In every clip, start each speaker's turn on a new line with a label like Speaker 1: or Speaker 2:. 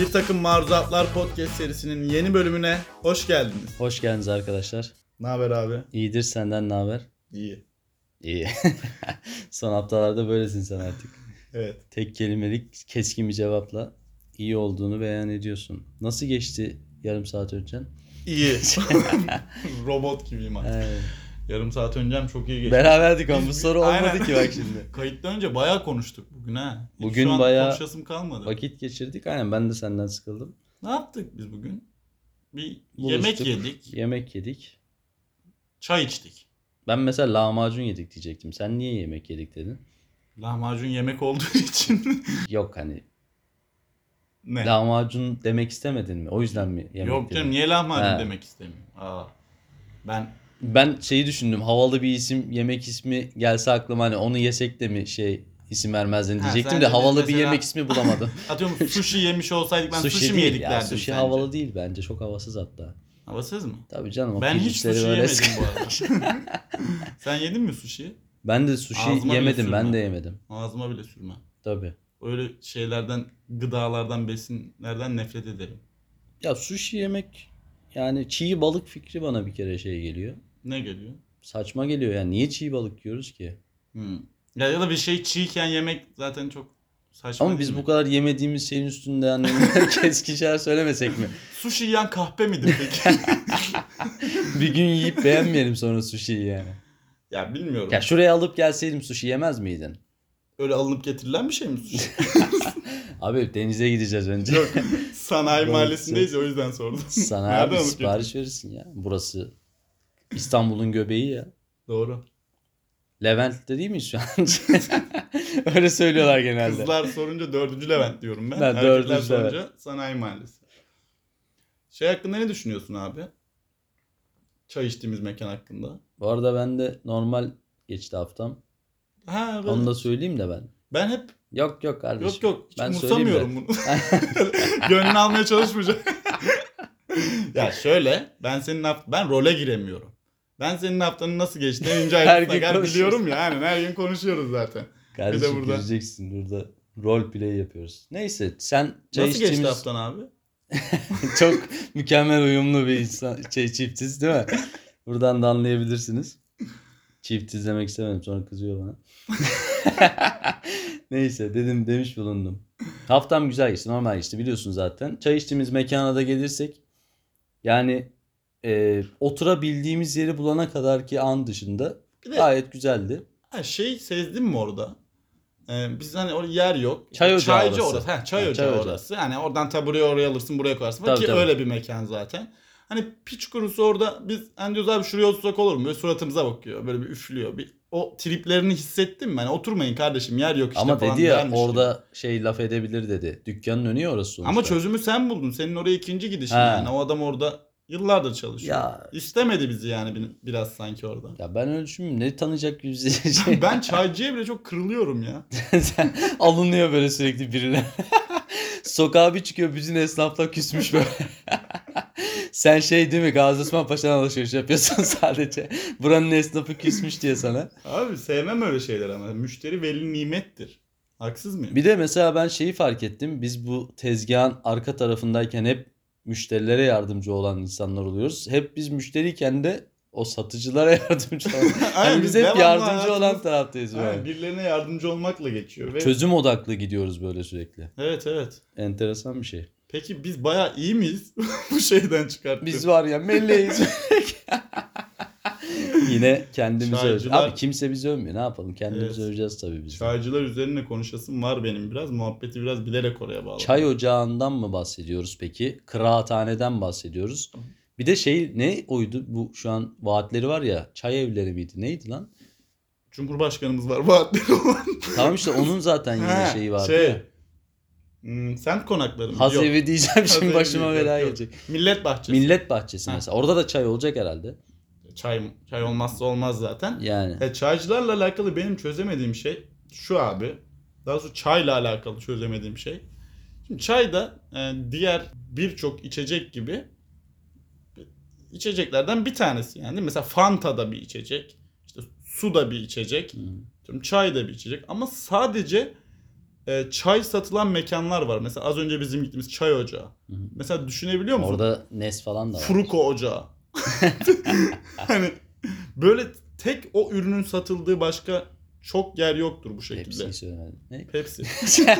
Speaker 1: Bir takım maruzatlar podcast serisinin yeni bölümüne hoş geldiniz.
Speaker 2: Hoş geldiniz arkadaşlar.
Speaker 1: Ne haber abi?
Speaker 2: İyidir senden ne haber?
Speaker 1: İyi.
Speaker 2: İyi. Son haftalarda böylesin sen artık.
Speaker 1: Evet.
Speaker 2: Tek kelimelik keskin bir cevapla iyi olduğunu beyan ediyorsun. Nasıl geçti yarım saat önce?
Speaker 1: İyi. Robot gibiyim artık.
Speaker 2: Ee,
Speaker 1: Yarım saat öncem çok iyi geçti.
Speaker 2: beraberdik ama bu
Speaker 1: Biz-
Speaker 2: soru olmadı
Speaker 1: Aynen.
Speaker 2: ki bak şimdi.
Speaker 1: Kayıttan önce bayağı konuştuk bugün ha. Hiç
Speaker 2: Bugün
Speaker 1: şu an
Speaker 2: bayağı-
Speaker 1: konuşasım kalmadı.
Speaker 2: Vakit geçirdik. Aynen ben de senden sıkıldım.
Speaker 1: Ne yaptık biz bugün? Bir yemek
Speaker 2: Buluştuk.
Speaker 1: yedik,
Speaker 2: Yemek yedik.
Speaker 1: çay içtik.
Speaker 2: Ben mesela lahmacun yedik diyecektim. Sen niye yemek yedik dedin?
Speaker 1: Lahmacun yemek olduğu için.
Speaker 2: Yok hani
Speaker 1: ne?
Speaker 2: lahmacun demek istemedin mi? O yüzden mi yemek
Speaker 1: Yok
Speaker 2: dedin?
Speaker 1: canım niye lahmacun
Speaker 2: He.
Speaker 1: demek istemiyorum. Aa. Ben
Speaker 2: Ben şeyi düşündüm. Havalı bir isim, yemek ismi gelse aklıma hani onu yesek de mi şey isim vermezdin
Speaker 1: Ha,
Speaker 2: diyecektim
Speaker 1: sen
Speaker 2: de
Speaker 1: de biz
Speaker 2: havalı bir
Speaker 1: mesela-
Speaker 2: yemek ismi bulamadım.
Speaker 1: atıyorum sushi yemiş olsaydık ben sushi, mi
Speaker 2: değil
Speaker 1: yedik
Speaker 2: ya,
Speaker 1: derdim
Speaker 2: Sushi
Speaker 1: sence?
Speaker 2: havalı değil bence. Çok havasız hatta.
Speaker 1: Havasız mı?
Speaker 2: Tabii canım. o
Speaker 1: Ben hiç
Speaker 2: pirincikleri
Speaker 1: sushi
Speaker 2: böyle
Speaker 1: yemedim
Speaker 2: sık-
Speaker 1: bu arada. Sen yedin mi sushi?
Speaker 2: Ben de sushi
Speaker 1: Ağzıma bile
Speaker 2: yemedim. Ben de
Speaker 1: sürmem.
Speaker 2: yemedim.
Speaker 1: Ağzıma bile sürme.
Speaker 2: Tabii.
Speaker 1: Öyle şeylerden, gıdalardan, besinlerden nefret ederim.
Speaker 2: Ya sushi yemek yani çiğ balık fikri bana bir kere şey geliyor.
Speaker 1: Ne geliyor?
Speaker 2: Saçma geliyor yani. Niye çiğ balık yiyoruz ki?
Speaker 1: Hmm. Ya, ya da bir şey çiğken yemek zaten çok saçma
Speaker 2: Ama
Speaker 1: değil mi?
Speaker 2: biz bu kadar yemediğimiz şeyin üstünde hani keskişer söylemesek mi?
Speaker 1: Sushi yiyen kahpe midir peki?
Speaker 2: Bir gün yiyip beğenmeyelim sonra sushi'yi yani.
Speaker 1: ya bilmiyorum.
Speaker 2: Ya şuraya alıp gelseydim sushi yemez miydin?
Speaker 1: Öyle alınıp getirilen bir şey mi sushi?
Speaker 2: Abi denize gideceğiz önce.
Speaker 1: Yok. Sanayi mahallesindeyiz ya o yüzden sordum.
Speaker 2: Sana
Speaker 1: Nereden
Speaker 2: abi
Speaker 1: alıp
Speaker 2: sipariş verirsin ya. Burası İstanbul'un göbeği ya.
Speaker 1: Doğru.
Speaker 2: Levent'te değil mi şu an? Öyle söylüyorlar genelde.
Speaker 1: Kızlar sorunca dördüncü Levent diyorum ben.
Speaker 2: Ben
Speaker 1: Erkekler
Speaker 2: dördüncü
Speaker 1: sorunca sanayi mahallesi. Şey hakkında ne düşünüyorsun abi? Çay içtiğimiz mekan hakkında.
Speaker 2: Bu arada ben de normal geçti haftam.
Speaker 1: Ha ben,
Speaker 2: Onu da söyleyeyim de ben.
Speaker 1: ben hep
Speaker 2: Yok yok kardeşim.
Speaker 1: yok yok hiç
Speaker 2: ben
Speaker 1: umursamıyorum bunu. Gönlünü almaya çalışmayacağım. ya şöyle ben senin haft ben role giremiyorum. Ben senin haftanın nasıl geçtiğini ince
Speaker 2: Her
Speaker 1: ayrıntısına
Speaker 2: gün
Speaker 1: kadar
Speaker 2: konuşuyoruz.
Speaker 1: biliyorum ya. Aynen her gün konuşuyoruz zaten.
Speaker 2: Kardeşim
Speaker 1: burada-
Speaker 2: göreceksin burada rol play yapıyoruz. Neyse sen çay
Speaker 1: nasıl
Speaker 2: içtiğimiz
Speaker 1: geçti haftan abi?
Speaker 2: çok mükemmel uyumlu bir insan, şey, çiftiz değil mi? Buradan da anlayabilirsiniz. Çiftiz demek istemedim sonra kızıyor bana. Neyse dedim demiş bulundum. Haftam güzel geçti normal geçti biliyorsun zaten. Çay içtiğimiz mekana da gelirsek yani e, oturabildiğimiz yeri bulana kadar ki an dışında
Speaker 1: Bir de-
Speaker 2: gayet güzeldi.
Speaker 1: Ha şey sezdin mi orada? Ee, biz hani orada yer yok.
Speaker 2: Çay ocağı
Speaker 1: Çaycı
Speaker 2: orası.
Speaker 1: orası. Ha, çay
Speaker 2: Ha,
Speaker 1: ocağı
Speaker 2: çay ocağı.
Speaker 1: orası. Hani oradan tabureyi oraya alırsın buraya koyarsın. falan
Speaker 2: Tabii,
Speaker 1: Ki
Speaker 2: tabii.
Speaker 1: öyle bir mekan zaten. Hani piç kurusu orada biz hani diyoruz abi şuraya otursak olur mu? Böyle suratımıza bakıyor. Böyle bir üflüyor. Bir, o triplerini hissettin mi? Hani oturmayın kardeşim yer yok işte
Speaker 2: Ama
Speaker 1: falan
Speaker 2: dedi ya
Speaker 1: dermiş
Speaker 2: orada
Speaker 1: gibi.
Speaker 2: şey laf edebilir dedi. Dükkanın önü ya orası sonuçta.
Speaker 1: Ama çözümü sen buldun. Senin oraya ikinci gidişin
Speaker 2: Ha.
Speaker 1: yani. O adam orada yıllardır çalışıyor.
Speaker 2: Ya,
Speaker 1: İstemedi bizi yani bir- biraz sanki orada.
Speaker 2: ya ben öyle düşünmüyorum. Ne tanıyacak yüzü şey.
Speaker 1: ben çaycıya bile çok kırılıyorum ya.
Speaker 2: Sen- alınıyor böyle sürekli birine. Sokağa bir çıkıyor bütün esnaflar küsmüş böyle. Sen şey değil mi Gazi Osman Paşa'dan alışveriş yapıyorsun sadece. Buranın esnafı küsmüş diye sana.
Speaker 1: Abi sevmem öyle şeyler ama. Müşteri veli nimettir. Haksız mıyım?
Speaker 2: Bir de mesela ben şeyi fark ettim. Biz bu tezgahın arka tarafındayken hep müşterilere yardımcı olan insanlar oluyoruz. Hep biz müşteriyken de o satıcılara yardımcı olan.
Speaker 1: Aynen,
Speaker 2: Yani biz hep
Speaker 1: devamlı
Speaker 2: Hani yardımcı
Speaker 1: hayatımız-
Speaker 2: olan taraftayız böyle.
Speaker 1: Aynen, birilerine yardımcı olmakla geçiyor. Ve...
Speaker 2: Çözüm odaklı gidiyoruz böyle sürekli.
Speaker 1: Evet evet.
Speaker 2: Enteresan bir şey.
Speaker 1: Peki biz bayağı iyi miyiz bu şeyden çıkarttık?
Speaker 2: Biz var ya melleyiz. Yine kendimizi
Speaker 1: Çaycılar-
Speaker 2: öveceğiz. Abi kimse bizi övmüyor. Ne yapalım? Kendimizi
Speaker 1: Evet.
Speaker 2: öveceğiz tabii biz. Çay,
Speaker 1: Çaycılar üzerine konuşasım var benim biraz. Muhabbeti biraz bilerek oraya bağlı.
Speaker 2: ocağından mı bahsediyoruz peki? Kıraathaneden bahsediyoruz. Bir de şey ne oydu? Bu şu an vaatleri var ya. Çay evleri miydi? Neydi lan?
Speaker 1: Cumhurbaşkanımız var vaatleri olan.
Speaker 2: Tamam işte onun zaten yine
Speaker 1: Ha,
Speaker 2: şeyi vardı.
Speaker 1: şey,
Speaker 2: ya.
Speaker 1: Hmm, semt konakları mı? Yok.
Speaker 2: Hazevi diyeceğim
Speaker 1: Hazevi
Speaker 2: şimdi başıma
Speaker 1: değil,
Speaker 2: bela
Speaker 1: yok, yok.
Speaker 2: gelecek.
Speaker 1: Millet bahçesi.
Speaker 2: Millet bahçesi
Speaker 1: Ha.
Speaker 2: mesela. Orada da çay olacak herhalde.
Speaker 1: Çay, çay olmazsa olmaz zaten.
Speaker 2: Yani.
Speaker 1: E, çaycılarla alakalı benim çözemediğim şey şu abi. Daha doğrusu çayla alakalı çözemediğim şey. Şimdi çay da e, diğer birçok içecek gibi içeceklerden bir tanesi yani. Mesela Fanta da bir içecek. işte su da bir içecek.
Speaker 2: Hı.
Speaker 1: Şimdi Çay da bir içecek ama sadece e, çay satılan mekanlar var. Mesela az önce bizim gittiğimiz çay ocağı.
Speaker 2: hı.
Speaker 1: Mesela düşünebiliyor musun?
Speaker 2: Orada Nes falan da var.
Speaker 1: Fruko ocağı. hani böyle tek o ürünün satıldığı başka çok yer yoktur bu şekilde.
Speaker 2: Hepsini söylemedim. Ne?
Speaker 1: Pepsi.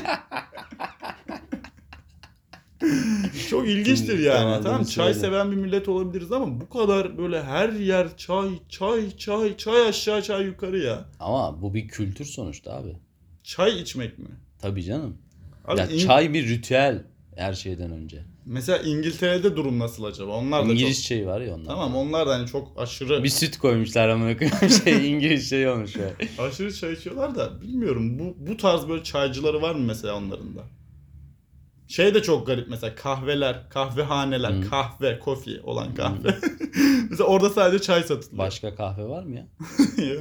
Speaker 1: Çok ilginçtir
Speaker 3: Kim-
Speaker 1: yani.
Speaker 3: tamam,
Speaker 1: Tamam
Speaker 3: birisi
Speaker 1: çay
Speaker 3: öyle.
Speaker 1: seven bir millet olabiliriz ama bu kadar böyle her yer çay, çay, çay, çay aşağı, çay yukarı ya.
Speaker 2: Ama bu bir kültür sonuçta abi.
Speaker 1: Çay içmek mi?
Speaker 2: Tabii canım.
Speaker 1: Abi
Speaker 2: ya
Speaker 1: İng-
Speaker 2: çay bir ritüel her şeyden önce.
Speaker 1: mesela İngiltere'de durum nasıl acaba? Onlar da
Speaker 2: İngiliz
Speaker 1: çok...
Speaker 2: çayı var ya ondan.
Speaker 1: Tamam onlar da hani çok aşırı
Speaker 2: Bir süt koymuşlar amına koyayım şey İngiliz çayı olmuş ya.
Speaker 1: aşırı çay içiyorlar da bilmiyorum bu bu tarz böyle çaycıları var mı mesela onların da? Şey de çok garip mesela kahveler, kahvehaneler,
Speaker 2: Hı.
Speaker 1: kahve, kofi olan kahve. mesela orada sadece çay satılıyor.
Speaker 2: Başka kahve var mı ya?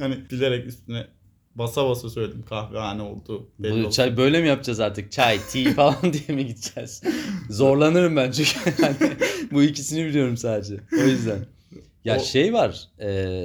Speaker 1: hani bilerek üstüne basa basa söyledim kahvehane oldu.
Speaker 2: Bu çay böyle mi yapacağız artık? Çay, tea falan diye mi gideceğiz? Zorlanırım ben çünkü yani bu ikisini biliyorum sadece. O yüzden. Ya
Speaker 1: O-
Speaker 2: şey var. e,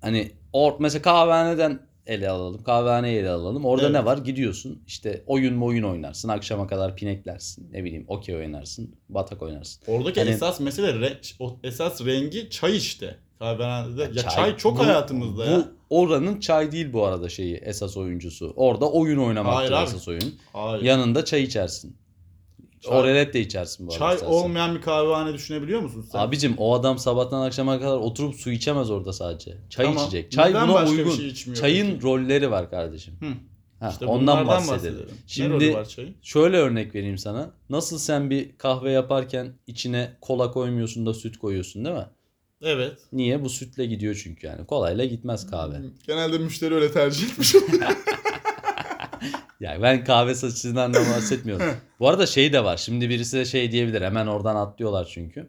Speaker 2: hani or mesela kahvehaneden ele alalım. Kahvehaneyi ele alalım. Orada
Speaker 1: Evet.
Speaker 2: ne var? Gidiyorsun işte oyun mu oyun oynarsın. Akşama kadar pineklersin. Ne bileyim okey oynarsın. Batak oynarsın.
Speaker 1: Oradaki
Speaker 2: Hani-
Speaker 1: esas mesele re- o esas rengi çay işte. Kahvehanede ya çay, çok
Speaker 2: bu-
Speaker 1: hayatımızda ya.
Speaker 2: Bu oranın çay değil bu arada şeyi esas oyuncusu. Orada oyun
Speaker 1: Hayır
Speaker 2: oynamaktır
Speaker 1: abi.
Speaker 2: esas oyun.
Speaker 1: Hayır.
Speaker 2: Yanında çay içersin.
Speaker 1: Çay-
Speaker 2: Orelet de içersin bu arada.
Speaker 1: çay
Speaker 2: istersen.
Speaker 1: olmayan bir kahvehane düşünebiliyor musun sen?
Speaker 2: Abicim o adam sabahtan akşama kadar oturup su içemez orada sadece. Çay
Speaker 1: Tamam.
Speaker 2: içecek. Çay
Speaker 1: Neden
Speaker 2: buna
Speaker 1: başka bir
Speaker 2: uygun.
Speaker 1: şey içmiyor
Speaker 2: Çayın
Speaker 1: peki?
Speaker 2: rolleri var kardeşim.
Speaker 1: Hı.
Speaker 2: Ha,
Speaker 1: İşte
Speaker 2: ondan
Speaker 1: bunlardan
Speaker 2: bahsedelim.
Speaker 1: Ne rolü
Speaker 2: Şimdi
Speaker 1: var çayın?
Speaker 2: şöyle örnek vereyim sana. Nasıl sen bir kahve yaparken içine kola koymuyorsun da süt koyuyorsun değil mi?
Speaker 1: Evet.
Speaker 2: Niye? Bu sütle gidiyor çünkü yani. Kolayla gitmez kahve.
Speaker 1: Genelde müşteri öyle tercih etmiş.
Speaker 2: Yani ben kahve satıcısından da bahsetmiyorum. Bu arada şey de var. Şimdi birisi de şey diyebilir. Hemen oradan atlıyorlar çünkü.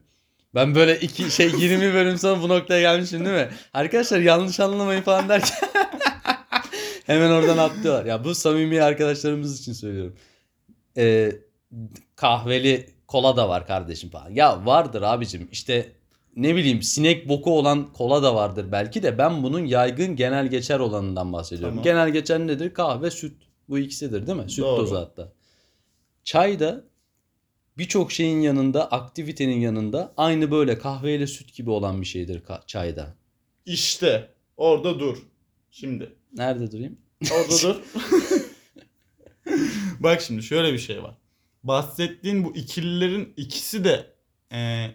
Speaker 2: Ben böyle iki şey 20 bölüm sonra bu noktaya gelmişim değil mi? Arkadaşlar yanlış anlamayın falan derken hemen oradan atlıyorlar. Ya bu samimi arkadaşlarımız için söylüyorum. Ee, kahveli kola da var kardeşim falan. Ya vardır abicim işte ne bileyim sinek boku olan kola da vardır belki de ben bunun yaygın genel geçer olanından bahsediyorum.
Speaker 1: Tamam.
Speaker 2: Genel geçer nedir? Kahve, süt. Bu ikisidir değil mi? Süt
Speaker 1: Doğru.
Speaker 2: tozu hatta. Çay da birçok şeyin yanında, aktivitenin yanında aynı böyle kahveyle süt gibi olan bir şeydir ka- çayda.
Speaker 1: işte orada dur. Şimdi.
Speaker 2: Nerede durayım?
Speaker 1: Orada dur. Bak şimdi şöyle bir şey var. Bahsettiğin bu ikililerin ikisi de e,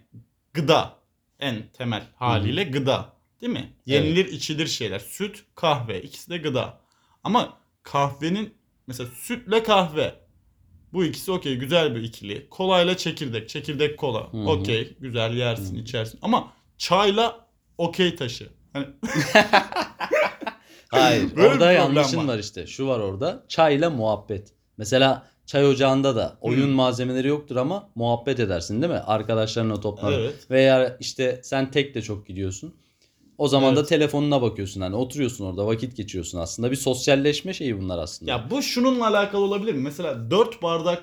Speaker 1: gıda. En temel haliyle gıda. Değil mi? Yenilir içilir şeyler. Süt, kahve. ikisi de gıda. Ama kahvenin mesela sütle kahve. Bu ikisi okey güzel bir ikili. Kolayla çekirdek. Çekirdek kola.
Speaker 2: Hı hı.
Speaker 1: Okey güzel yersin
Speaker 2: Hı.
Speaker 1: içersin. Ama çayla okey taşı. Hani
Speaker 2: Hayır.
Speaker 1: Böyle bir
Speaker 2: orada
Speaker 1: problem
Speaker 2: yanlışın
Speaker 1: var.
Speaker 2: var. işte. Şu var orada. Çayla muhabbet. Mesela çay ocağında da oyun
Speaker 1: Hı.
Speaker 2: malzemeleri yoktur ama muhabbet edersin değil mi? Arkadaşlarına toplanıp.
Speaker 1: evet.
Speaker 2: Veya işte sen tek de çok gidiyorsun. O zaman da
Speaker 1: Evet.
Speaker 2: telefonuna bakıyorsun hani oturuyorsun orada vakit geçiyorsun aslında. Bir sosyalleşme şeyi bunlar aslında.
Speaker 1: Ya bu şununla alakalı olabilir mi? Mesela 4 bardak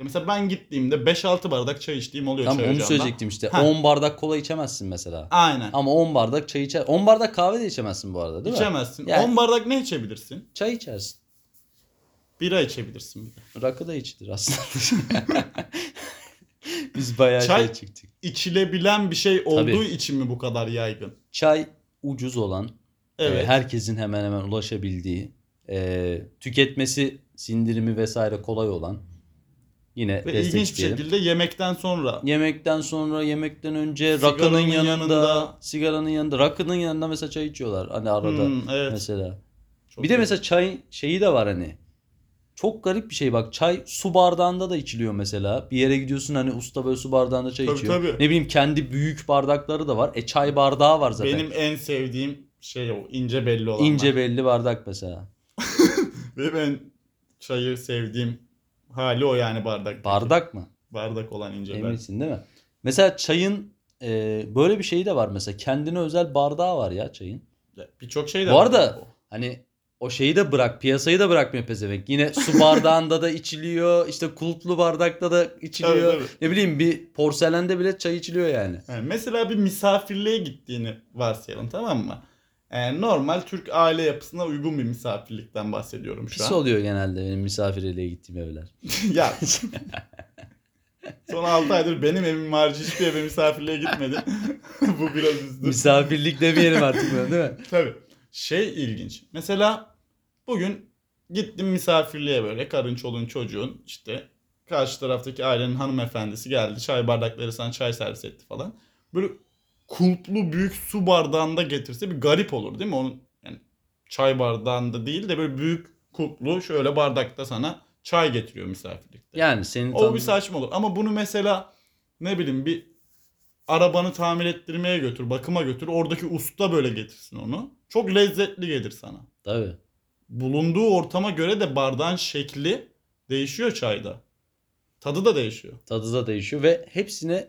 Speaker 1: ya mesela ben gittiğimde 5-6 bardak çay içtiğim oluyor
Speaker 2: Tam
Speaker 1: çay
Speaker 2: onu
Speaker 1: ocağında.
Speaker 2: söyleyecektim işte.
Speaker 1: Ha.
Speaker 2: 10 bardak kola içemezsin mesela.
Speaker 1: Aynen.
Speaker 2: Ama 10 bardak çay içer. 10 bardak kahve de içemezsin bu arada değil mi?
Speaker 1: İçemezsin.
Speaker 2: Yani-
Speaker 1: 10 bardak ne içebilirsin?
Speaker 2: Çay içersin.
Speaker 1: Bira içebilirsin bir de.
Speaker 2: Rakı da içilir aslında. Biz bayağı
Speaker 1: Çay-
Speaker 2: şey çıktık.
Speaker 1: İçilebilen bir şey olduğu için mi bu kadar yaygın?
Speaker 2: Çay ucuz olan, e,
Speaker 1: Evet.
Speaker 2: herkesin hemen hemen ulaşabildiği, e, tüketmesi, sindirimi vesaire kolay olan. Yine
Speaker 1: Ve
Speaker 2: destek
Speaker 1: ilginç bir
Speaker 2: isteyelim.
Speaker 1: şekilde yemekten sonra
Speaker 2: Yemekten sonra, yemekten önce,
Speaker 1: Sigaranın
Speaker 2: rakının yanında,
Speaker 1: yanında.
Speaker 2: sigaranın yanında, rakının yanında mesela çay içiyorlar. Hani arada
Speaker 1: Hmm, evet.
Speaker 2: mesela.
Speaker 1: Çok
Speaker 2: bir de
Speaker 1: iyi.
Speaker 2: mesela çay şeyi de var hani. Çok garip bir şey bak çay su bardağında da içiliyor mesela. Bir yere gidiyorsun hani usta böyle su bardağında çay
Speaker 1: Tabii,
Speaker 2: içiyor.
Speaker 1: tabii.
Speaker 2: Ne bileyim kendi büyük bardakları da var. E çay bardağı var şey zaten.
Speaker 1: benim en sevdiğim şey o ince belli olan.
Speaker 2: İnce belli bardak mesela.
Speaker 1: Ve ben çayı sevdiğim hali o yani bardak.
Speaker 2: Bardak mı?
Speaker 1: Bardak olan ince belli.
Speaker 2: Eminsin değil mi? Mesela çayın e, böyle bir şeyi de var mesela. Kendine özel bardağı var ya çayın.
Speaker 1: Birçok şey de
Speaker 2: Bu
Speaker 1: var
Speaker 2: arada-
Speaker 1: bu.
Speaker 2: Hani o şeyi de bırak piyasayı da bırakmıyor pezevenk. Yine su bardağında da içiliyor. işte kulplu bardakta da
Speaker 1: Tabii,
Speaker 2: içiliyor.
Speaker 1: tabii.
Speaker 2: Ne bileyim bir porselende bile çay içiliyor yani.
Speaker 1: Yani mesela bir misafirliğe gittiğini varsayalım tamam mı? e, normal Türk aile yapısına uygun bir misafirlikten bahsediyorum şu
Speaker 2: Pis
Speaker 1: an.
Speaker 2: oluyor genelde benim misafirliğe gittiğim evler.
Speaker 1: ya. Son 6 aydır benim evim harici hiçbir eve misafirliğe gitmedim. Bu biraz üzdü.
Speaker 2: Misafirlik demeyelim artık buna değil mi?
Speaker 1: Tabii. Şey ilginç. Mesela bugün gittim misafirliğe böyle karın çoluğun çocuğun işte karşı taraftaki ailenin hanımefendisi geldi. Çay bardakları sana çay servis etti falan. Böyle kulplu büyük su bardağında getirse bir garip olur değil mi? Onun yani çay bardağında değil de böyle büyük kulplu şöyle bardakta sana çay getiriyor misafirlikte.
Speaker 2: Yani senin
Speaker 1: O bir saçma olur. Ama bunu mesela ne bileyim bir arabanı tamir ettirmeye götür, bakıma götür. Oradaki usta böyle getirsin onu. Çok lezzetli gelir sana.
Speaker 2: Tabii.
Speaker 1: Bulunduğu ortama göre de bardağın şekli değişiyor çayda. Tadı da değişiyor.
Speaker 2: Tadı da değişiyor ve hepsine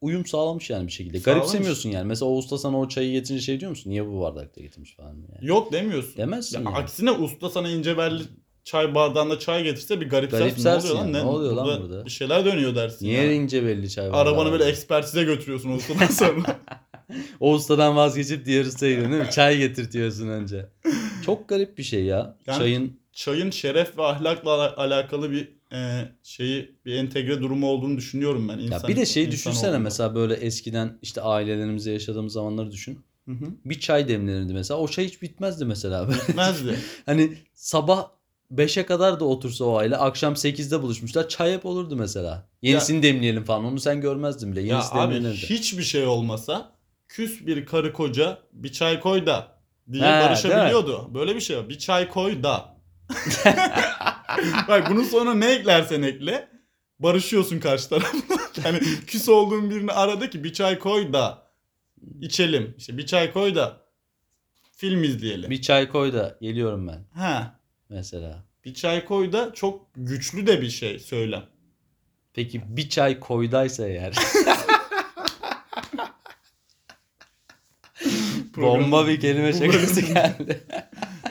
Speaker 2: uyum sağlamış yani bir şekilde.
Speaker 1: Sağlamış.
Speaker 2: Garipsemiyorsun yani. Mesela o usta sana o çayı getirince şey diyor musun? Niye bu bardakta getirmiş falan yani.
Speaker 1: Yok demiyorsun.
Speaker 2: Demezsin
Speaker 1: Ya
Speaker 2: yani.
Speaker 1: aksine usta sana ince belli çay bardağında çay getirse bir garipsersin.
Speaker 2: Garipsersin
Speaker 1: ne oluyor lan?
Speaker 2: yani.
Speaker 1: Ne,
Speaker 2: Ne oluyor lan
Speaker 1: burada
Speaker 2: burada?
Speaker 1: Bir şeyler dönüyor dersin.
Speaker 2: Niye
Speaker 1: ya.
Speaker 2: ince belli çay bardağı
Speaker 1: Arabanı
Speaker 2: var?
Speaker 1: böyle ekspertize götürüyorsun ustadan sonra.
Speaker 2: O ustadan vazgeçip diğer ustaya gidiyorsun değil mi? Çay getirtiyorsun önce. Çok garip bir şey ya.
Speaker 1: Yani-
Speaker 2: Çayın
Speaker 1: çayın şeref ve ahlakla ala- alakalı bir e, şeyi bir entegre durumu olduğunu düşünüyorum ben.
Speaker 2: ya
Speaker 1: İnsan,
Speaker 2: bir de şeyi
Speaker 1: insan
Speaker 2: düşünsene
Speaker 1: olduğunda.
Speaker 2: mesela böyle eskiden işte ailelerimize yaşadığımız zamanları düşün.
Speaker 1: Hı hı.
Speaker 2: Bir çay demlenirdi mesela. O çay hiç bitmezdi mesela.
Speaker 1: Bitmezdi.
Speaker 2: hani sabah 5'e kadar da otursa o aile akşam 8'de buluşmuşlar. Çay hep olurdu mesela. Yenisini demleyelim falan. Onu sen görmezdin bile.
Speaker 1: ya
Speaker 2: Yenisi
Speaker 1: abi
Speaker 2: demlenirdi.
Speaker 1: hiçbir şey olmasa küs bir karı koca bir çay koy da diye
Speaker 2: He,
Speaker 1: barışabiliyordu. Böyle bir şey var. Bir çay koy da. Bak bunun sonra ne eklersen ekle barışıyorsun karşı tarafla. yani küs olduğun birini aradı ki bir çay koy da içelim. İşte bir çay koy da film izleyelim.
Speaker 2: Bir çay koy da geliyorum ben
Speaker 1: Ha.
Speaker 2: mesela.
Speaker 1: Bir çay koy da çok güçlü de bir şey söylem.
Speaker 2: Peki bir çay koydaysa eğer. Bomba bir kelime şakası geldi.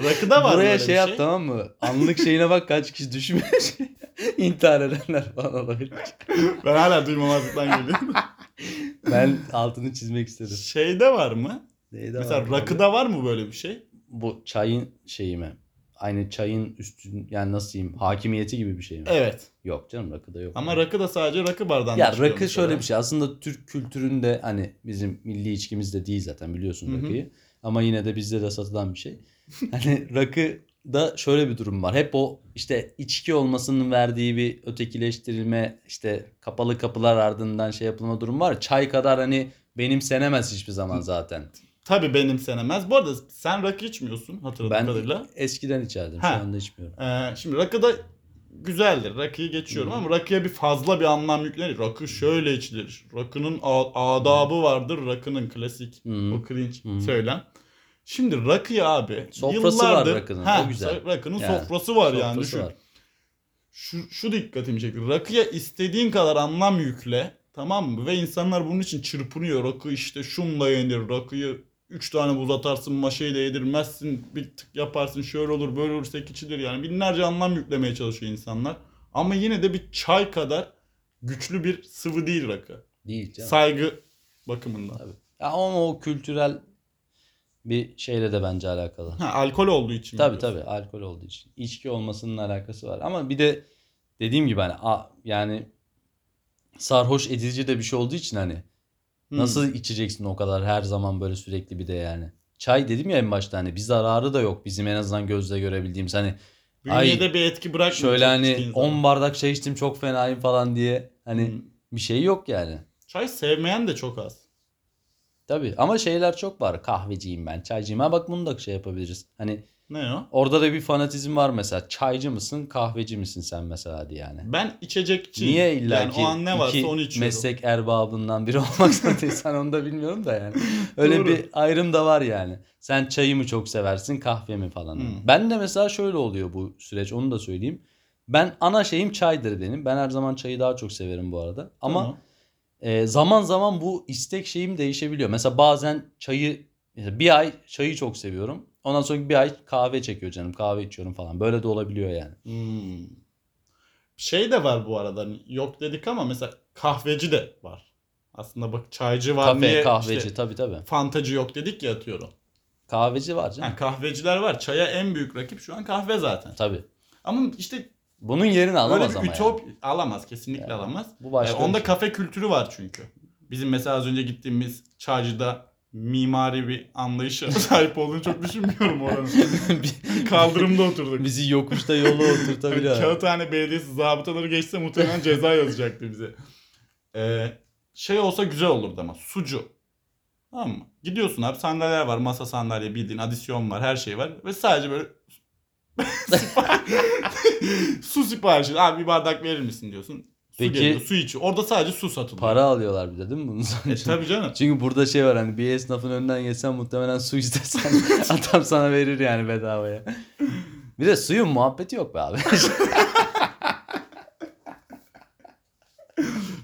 Speaker 1: Rakı da var
Speaker 2: Buraya
Speaker 1: böyle
Speaker 2: şey,
Speaker 1: bir
Speaker 2: yap tamam mı? Anlık şeyine bak kaç kişi düşmüş. İntihar edenler falan olabilir.
Speaker 1: Ben hala duymamazlıktan geliyorum.
Speaker 2: Ben altını çizmek istedim.
Speaker 1: Şeyde var mı?
Speaker 2: Neydi
Speaker 1: Mesela
Speaker 2: abi?
Speaker 1: rakıda var mı böyle bir şey?
Speaker 2: Bu çayın şeyi mi? Aynı çayın üstün yani nasıl diyeyim hakimiyeti gibi bir şey mi?
Speaker 1: Evet.
Speaker 2: Yok canım rakıda yok.
Speaker 1: Ama rakı da sadece rakı bardağında
Speaker 2: Ya
Speaker 1: çıkıyor
Speaker 2: rakı
Speaker 1: mesela.
Speaker 2: şöyle bir şey. Aslında Türk kültüründe hani bizim milli içkimizde değil zaten biliyorsun
Speaker 1: Hı hı.
Speaker 2: rakıyı. Ama yine de bizde de satılan bir şey. Hani rakı da şöyle bir durum var. Hep o işte içki olmasının verdiği bir ötekileştirilme işte kapalı kapılar ardından şey yapılma durum var. Çay kadar hani benimsenemez hiçbir zaman zaten.
Speaker 1: Tabii benimsenemez. Bu arada sen rakı içmiyorsun hatırladığım
Speaker 2: Ben
Speaker 1: kadarıyla.
Speaker 2: eskiden içerdim.
Speaker 1: Ha.
Speaker 2: Şu anda içmiyorum.
Speaker 1: Ee, şimdi rakı da güzeldir. Rakıyı geçiyorum ama rakıya bir fazla bir anlam yüklenir. Rakı şöyle içilir. Rakının a- adabı vardır. Rakının klasik
Speaker 2: Hı hı.
Speaker 1: O cringe
Speaker 2: Hı.
Speaker 1: söylem. Şimdi rakıyı abi
Speaker 2: Sofrası var
Speaker 1: yıllardır,
Speaker 2: rakının, o
Speaker 1: Heh,
Speaker 2: güzel.
Speaker 1: Rakının
Speaker 2: Yani,
Speaker 1: sofrası var yani
Speaker 2: Sofrası
Speaker 1: düşün.
Speaker 2: var.
Speaker 1: Şu, şu dikkatimi çekti. Rakıya istediğin kadar anlam yükle tamam mı? Ve insanlar bunun için çırpınıyor. Rakı işte şunla yenir. Rakıyı 3 tane buz atarsın maşayı da yedirmezsin. Bir tık yaparsın şöyle olur böyle olur sekiçidir yani. Binlerce anlam yüklemeye çalışıyor insanlar. Ama yine de bir çay kadar güçlü bir sıvı değil rakı.
Speaker 2: Değil canım.
Speaker 1: Saygı bakımından.
Speaker 2: Ya ama o kültürel bir şeyle de bence alakalı.
Speaker 1: Ha, alkol olduğu için. mi
Speaker 2: Tabii
Speaker 1: diyorsun?
Speaker 2: tabii alkol olduğu için. İçki olmasının alakası var. Ama bir de dediğim gibi hani a- yani sarhoş edici de bir şey olduğu için hani
Speaker 1: Hı.
Speaker 2: nasıl içeceksin o kadar her zaman böyle sürekli bir de yani. Çay dedim ya en başta hani bir zararı da yok bizim en azından gözle görebildiğimiz. Hani
Speaker 1: Bünyede
Speaker 2: Ay,
Speaker 1: bir etki bırakmıyor.
Speaker 2: şöyle
Speaker 1: çok
Speaker 2: hani
Speaker 1: içtiğin zaman.
Speaker 2: 10 bardak çay içtim çok fenayım falan diye hani
Speaker 1: Hı.
Speaker 2: bir şey yok yani.
Speaker 1: Hmm. Çay sevmeyen de çok az.
Speaker 2: Tabii ama şeyler çok var. Kahveciyim ben, çaycıyım. Ha bak bunu da şey yapabiliriz. Hani
Speaker 1: Ne o?
Speaker 2: orada da bir fanatizm var mesela. Çaycı mısın, kahveci misin sen mesela hadi yani.
Speaker 1: Ben içecekçi.
Speaker 2: Niye illa
Speaker 1: yani
Speaker 2: ki
Speaker 1: o an ne varsa
Speaker 2: iki
Speaker 1: onu içiyorum.
Speaker 2: meslek erbabından biri olmak zorundaysan onu da bilmiyorum da yani. Öyle
Speaker 1: Doğru.
Speaker 2: bir ayrım da var yani. Sen çayı mı çok seversin kahve mi falan.
Speaker 1: Hmm.
Speaker 2: Ben de mesela şöyle oluyor bu süreç onu da söyleyeyim. Ben ana şeyim çaydır benim. Ben her zaman çayı daha çok severim bu arada. Ama
Speaker 1: Tamam.
Speaker 2: e, zaman zaman bu istek şeyim değişebiliyor. Mesela bazen çayı mesela bir ay çayı çok seviyorum. Ondan sonra bir ay kahve çekiyor canım. Kahve içiyorum falan. Böyle de olabiliyor yani.
Speaker 1: Hmm. Şey de var bu arada. hani Yok dedik ama mesela kahveci de var. Aslında bak çaycı var
Speaker 2: Kafe,
Speaker 1: niye
Speaker 2: kahveci
Speaker 1: işte
Speaker 2: tabii tabii.
Speaker 1: fantacı yok dedik ya atıyorum.
Speaker 2: Kahveci var canım.
Speaker 1: Ha, kahveciler var. Çaya en büyük rakip şu an kahve zaten.
Speaker 2: Tabii.
Speaker 1: Ama işte
Speaker 2: Bunun yerini alamaz
Speaker 1: öyle
Speaker 2: ama
Speaker 1: bir
Speaker 2: yani.
Speaker 1: ütop alamaz. Kesinlikle alamaz.
Speaker 2: Bu başka.
Speaker 1: Ee,
Speaker 2: bir
Speaker 1: onda
Speaker 2: şey.
Speaker 1: kafe kültürü var çünkü. Bizim mesela az önce gittiğimiz Çağcı'da mimari bir anlayışa sahip olduğunu çok düşünmüyorum oranın. Kaldırımda oturduk.
Speaker 2: şey.
Speaker 1: Hani
Speaker 2: Bizi yokuşta yola oturtabiliyor.
Speaker 1: Kağıthane Belediyesi zabıtaları geçse muhtemelen ceza yazacaktı bize. Ee, şey olsa güzel olurdu ama sucu. Tamam mı? Gidiyorsun abi sandalyeler var. Masa sandalye bildiğin adisyon var. Her şey var. Ve sadece böyle sipariş- su siparişi. Abi bir bardak verir misin diyorsun. Su
Speaker 2: Peki-
Speaker 1: geliyor, su içi. Orada sadece su satılıyor.
Speaker 2: Para alıyorlar bir de değil mi bunun sonucunda?
Speaker 1: E tabii canım.
Speaker 2: Çünkü burada şey var hani bir esnafın önünden geçsen muhtemelen su istesen adam sana verir yani bedavaya. Bir de suyun muhabbeti yok be abi.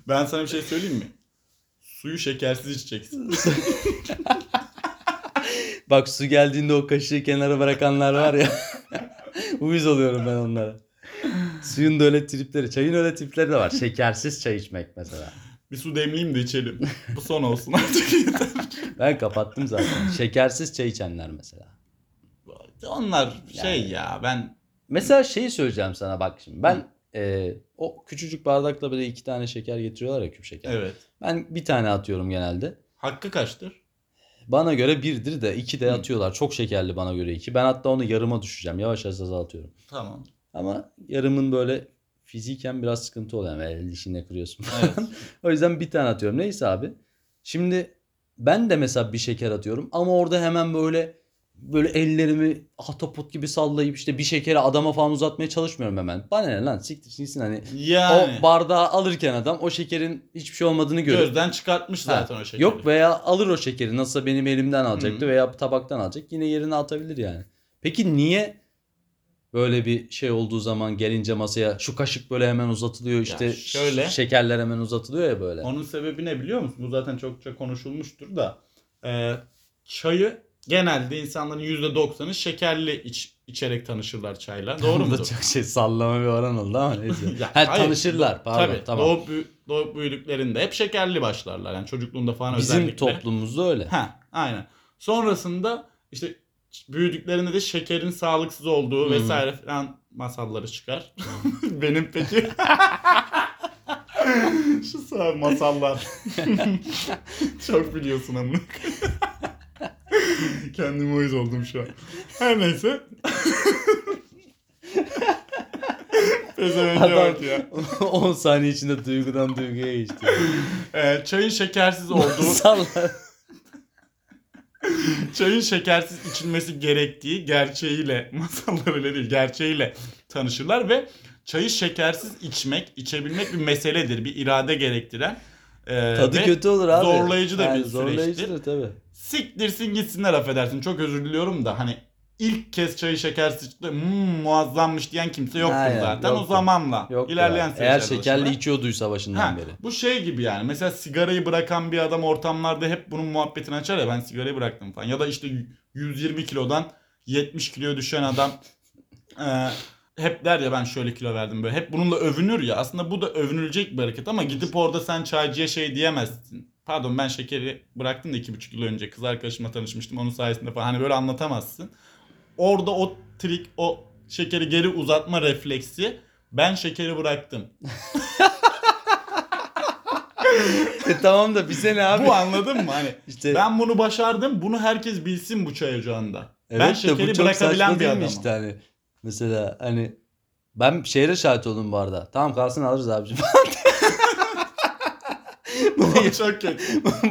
Speaker 1: Ben sana bir şey söyleyeyim mi? Suyu şekersiz içeceksin.
Speaker 2: Bak su geldiğinde o kaşığı kenara bırakanlar var ya. Uyuz oluyorum ben onlara. Suyun da öyle tripleri, çayın öyle tripleri de var. Şekersiz çay içmek mesela.
Speaker 1: Bir su demleyeyim de içelim. Bu son olsun artık yeter.
Speaker 2: Ben kapattım zaten. Şekersiz çay içenler mesela.
Speaker 1: Onlar şey ya ben
Speaker 2: Mesela şeyi söyleyeceğim sana bak şimdi. Ben e, o küçücük bardakla böyle iki tane şeker getiriyorlar ya küp şeker.
Speaker 1: evet.
Speaker 2: Ben bir tane atıyorum genelde.
Speaker 1: Hakkı kaçtır?
Speaker 2: Bana göre birdir de iki de
Speaker 1: Hı.
Speaker 2: atıyorlar. Çok şekerli bana göre iki. Ben hatta onu yarıma düşeceğim. Yavaş yavaş azaltıyorum.
Speaker 1: Tamam.
Speaker 2: Ama yarımın böyle fiziken biraz sıkıntı oluyor. Yani el işine kırıyorsun.
Speaker 1: Evet.
Speaker 2: o yüzden bir tane atıyorum. Neyse abi. Şimdi ben de mesela bir şeker atıyorum ama orada hemen böyle böyle ellerimi ahtapot gibi sallayıp işte bir şekeri adama falan uzatmaya çalışmıyorum hemen. Bana ne lan siktir sinsin hani.
Speaker 1: yani
Speaker 2: O bardağı alırken adam o şekerin hiçbir şey olmadığını görür.
Speaker 1: gözden çıkartmış
Speaker 2: Ha,
Speaker 1: zaten o şekeri.
Speaker 2: Yok veya alır o şekeri nasılsa benim elimden alacaktı
Speaker 1: Hı.
Speaker 2: veya tabaktan alacak yine yerine atabilir yani. Peki niye böyle bir şey olduğu zaman gelince masaya şu kaşık böyle hemen uzatılıyor işte
Speaker 1: şöyle.
Speaker 2: şekerler hemen uzatılıyor ya böyle.
Speaker 1: Onun sebebi ne biliyor musun? Bu zaten çokça konuşulmuştur da. Ee, çayı genelde insanların %90'ı şekerli iç, içerek tanışırlar çayla. Doğru
Speaker 2: Onu da
Speaker 1: mu?
Speaker 2: çok şey sallama bir oran oldu ama neyse.
Speaker 1: Ya,
Speaker 2: ha,
Speaker 1: hayır.
Speaker 2: tanışırlar pardon
Speaker 1: Tabii.
Speaker 2: tamam.
Speaker 1: Doğup, büyü- doğup büyüdüklerinde hep şekerli başlarlar. Yani çocukluğunda falan
Speaker 2: Bizim
Speaker 1: özellikle.
Speaker 2: toplumumuzda öyle.
Speaker 1: Ha, aynen. Sonrasında işte büyüdüklerinde de şekerin sağlıksız olduğu
Speaker 2: Hı.
Speaker 1: vesaire falan masalları çıkar.
Speaker 2: Hmm.
Speaker 1: Benim peki şu sağ masallar. Çok biliyorsun amına. Kendime uyuz oldum şu an. Her neyse. Pezevenge
Speaker 2: Adam
Speaker 1: bak ya.
Speaker 2: 10 saniye içinde duygudan duyguya geçti.
Speaker 1: Ee, çayın şekersiz olduğu
Speaker 2: Sallar.
Speaker 1: Çayın şekersiz içilmesi gerektiği gerçeğiyle, masallar öyle değil, gerçeğiyle tanışırlar ve çayı şekersiz içmek, içebilmek bir meseledir. Bir irade gerektiren. e,
Speaker 2: Tadı
Speaker 1: ve
Speaker 2: kötü olur abi.
Speaker 1: zorlayıcı da bir
Speaker 2: Zorlayıcıdır
Speaker 1: süreçtir.
Speaker 2: tabii.
Speaker 1: Siktirsin gitsinler affedersin. Çok özür diliyorum da hani ilk kez çayı şekersiz içti. "Hmm, muazzammış diyen kimse yoktur
Speaker 2: Aynen,
Speaker 1: zaten.
Speaker 2: yoktur.
Speaker 1: O zamanla
Speaker 2: Yok
Speaker 1: ilerleyen
Speaker 2: ya. Eğer
Speaker 1: süreçlerde
Speaker 2: şekerli
Speaker 1: sonra-
Speaker 2: içiyorduysa başından
Speaker 1: Ha,
Speaker 2: beri.
Speaker 1: bu şey gibi yani. Mesela sigarayı bırakan bir adam ortamlarda hep bunun muhabbetini açar ya ben sigarayı bıraktım falan. Ya da işte 120 kilodan 70 kiloya düşen adam e, hep der ya ben şöyle kilo verdim böyle. Hep bununla övünür ya. Aslında bu da övünülecek bir hareket ama gidip orada sen çaycıya şey diyemezsin. Pardon ben şekeri bıraktım da 2,5 yıl önce kız arkadaşımla tanışmıştım onun sayesinde falan. Hani böyle anlatamazsın. Orada o trik o şekeri geri uzatma refleksi ben şekeri bıraktım.
Speaker 2: E tamam da bize ne abi?
Speaker 1: Bu anladın mı? Hani
Speaker 2: işte
Speaker 1: Ben bunu başardım. Bunu herkes bilsin bu çay ocağında.
Speaker 2: evet
Speaker 1: ben
Speaker 2: de
Speaker 1: şekeri
Speaker 2: bu çok
Speaker 1: bırakabilen
Speaker 2: saçma
Speaker 1: bir
Speaker 2: değil mi
Speaker 1: adamım.
Speaker 2: Işte hani. Mesela hani ben şehre şahit oldum bu arada. Tamam kalsın alırız abicim.
Speaker 1: Bu çok kötü.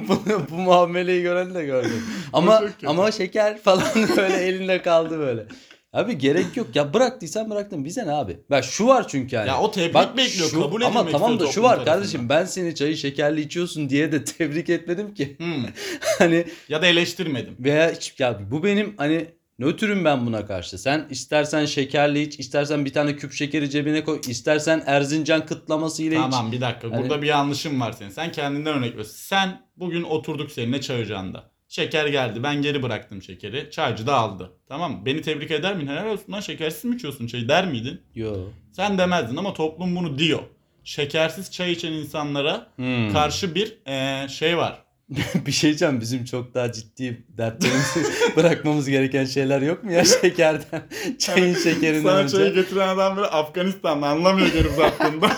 Speaker 2: Bunu- bu muameleyi gören de gördüm. Ama
Speaker 1: çok kötü.
Speaker 2: ama şeker falan böyle elinde kaldı böyle. Abi gerek yok ya bıraktıysan bıraktın bize ne abi? Ben şu var çünkü hani. yani.
Speaker 1: Ya o tebrik
Speaker 2: Bak
Speaker 1: bekliyor.
Speaker 2: şu,
Speaker 1: kabul
Speaker 2: ama
Speaker 1: edilmek
Speaker 2: tamam da
Speaker 1: istiyor
Speaker 2: şu
Speaker 1: toplum
Speaker 2: var
Speaker 1: tarafından.
Speaker 2: kardeşim ben seni çayı şekerli içiyorsun diye de tebrik etmedim ki.
Speaker 1: Hmm.
Speaker 2: hani
Speaker 1: Ya da eleştirmedim.
Speaker 2: Veya hiç ya bu benim hani nötrüm ben buna karşı. Sen istersen şekerli iç, istersen bir tane küp şekeri cebine koy, istersen Erzincan kıtlaması ile iç.
Speaker 1: Tamam bir dakika.
Speaker 2: Hani-
Speaker 1: Burada bir yanlışım var senin. Sen kendinden örnek veriyorsun. Sen bugün oturduk seninle çay ocağında. Şeker geldi. Ben geri bıraktım şekeri. Çaycı da aldı. Tamam mı? Beni tebrik eder miydin? Helal olsun lan şekersiz mi içiyorsun çayı der miydin?
Speaker 2: Yo.
Speaker 1: Sen demezdin ama toplum bunu diyor. Şekersiz çay içen insanlara
Speaker 2: Hmm.
Speaker 1: karşı bir eee, şey var.
Speaker 2: bir şey diyeceğim bizim çok daha ciddi dertlerimizi bırakmamız gereken şeyler yok mu ya şekerden? Çayın şekerinden
Speaker 1: Sana çayı
Speaker 2: önce.
Speaker 1: getiren adam böyle Afganistan'da anlamıyor geri zaptında.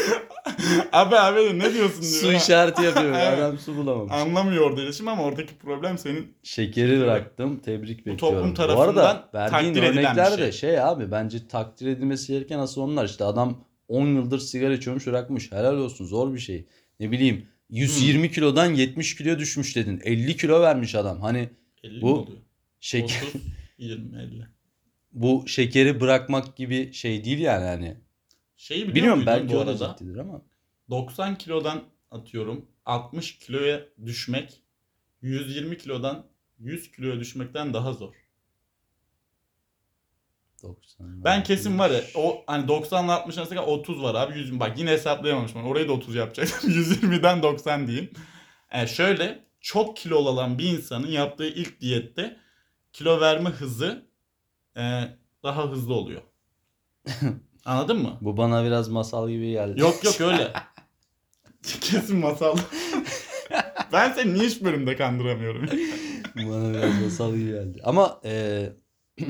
Speaker 1: abi abi ne diyorsun diyor.
Speaker 2: Su işareti yapıyor.
Speaker 1: Evet.
Speaker 2: Adam su bulamamış.
Speaker 1: Anlamıyor orada iletişim ama oradaki problem senin
Speaker 2: Şekeri bıraktım. Tebrik
Speaker 1: Bu
Speaker 2: bekliyorum.
Speaker 1: toplum
Speaker 2: Bu arada
Speaker 1: tarafından
Speaker 2: verdiğin
Speaker 1: takdir edilen bir
Speaker 2: örnekler
Speaker 1: şey.
Speaker 2: de şey abi bence takdir edilmesi gereken asıl onlar. İşte adam 10 yıldır sigara içiyormuş bırakmış. Helal olsun zor bir şey. Ne bileyim
Speaker 1: Hmm.
Speaker 2: 120 kilodan 70 kiloya düşmüş dedin. 50 kilo vermiş adam. Hani
Speaker 1: 50
Speaker 2: Bu-
Speaker 1: mi oluyor?
Speaker 2: şeker
Speaker 1: 30, 20, 50.
Speaker 2: bu şekeri bırakmak gibi şey değil yani hani.
Speaker 1: Şeyi biliyor
Speaker 2: Biliyorum
Speaker 1: muydun
Speaker 2: belki
Speaker 1: bu
Speaker 2: o da
Speaker 1: arada?
Speaker 2: ciddidir ama.
Speaker 1: 90 kilodan atıyorum 60 kiloya düşmek 120 kilodan 100 kiloya düşmekten daha zor.
Speaker 2: 90.
Speaker 1: Ben kesin var ya o hani 90 ile 60 arasında 30 var abi 100 bak yine hesaplayamamışım. Orayı da 30 yapacaktım. 120'den 90 diyeyim. E şöyle çok kilo olan bir insanın yaptığı ilk diyette kilo verme hızı e, daha hızlı oluyor. Anladın mı?
Speaker 2: Bu bana biraz masal gibi geldi.
Speaker 1: Yok yok öyle. Kesin masal. ben seni niye hiç bölümde kandıramıyorum?
Speaker 2: Bana biraz masal gibi geldi. Ama eee,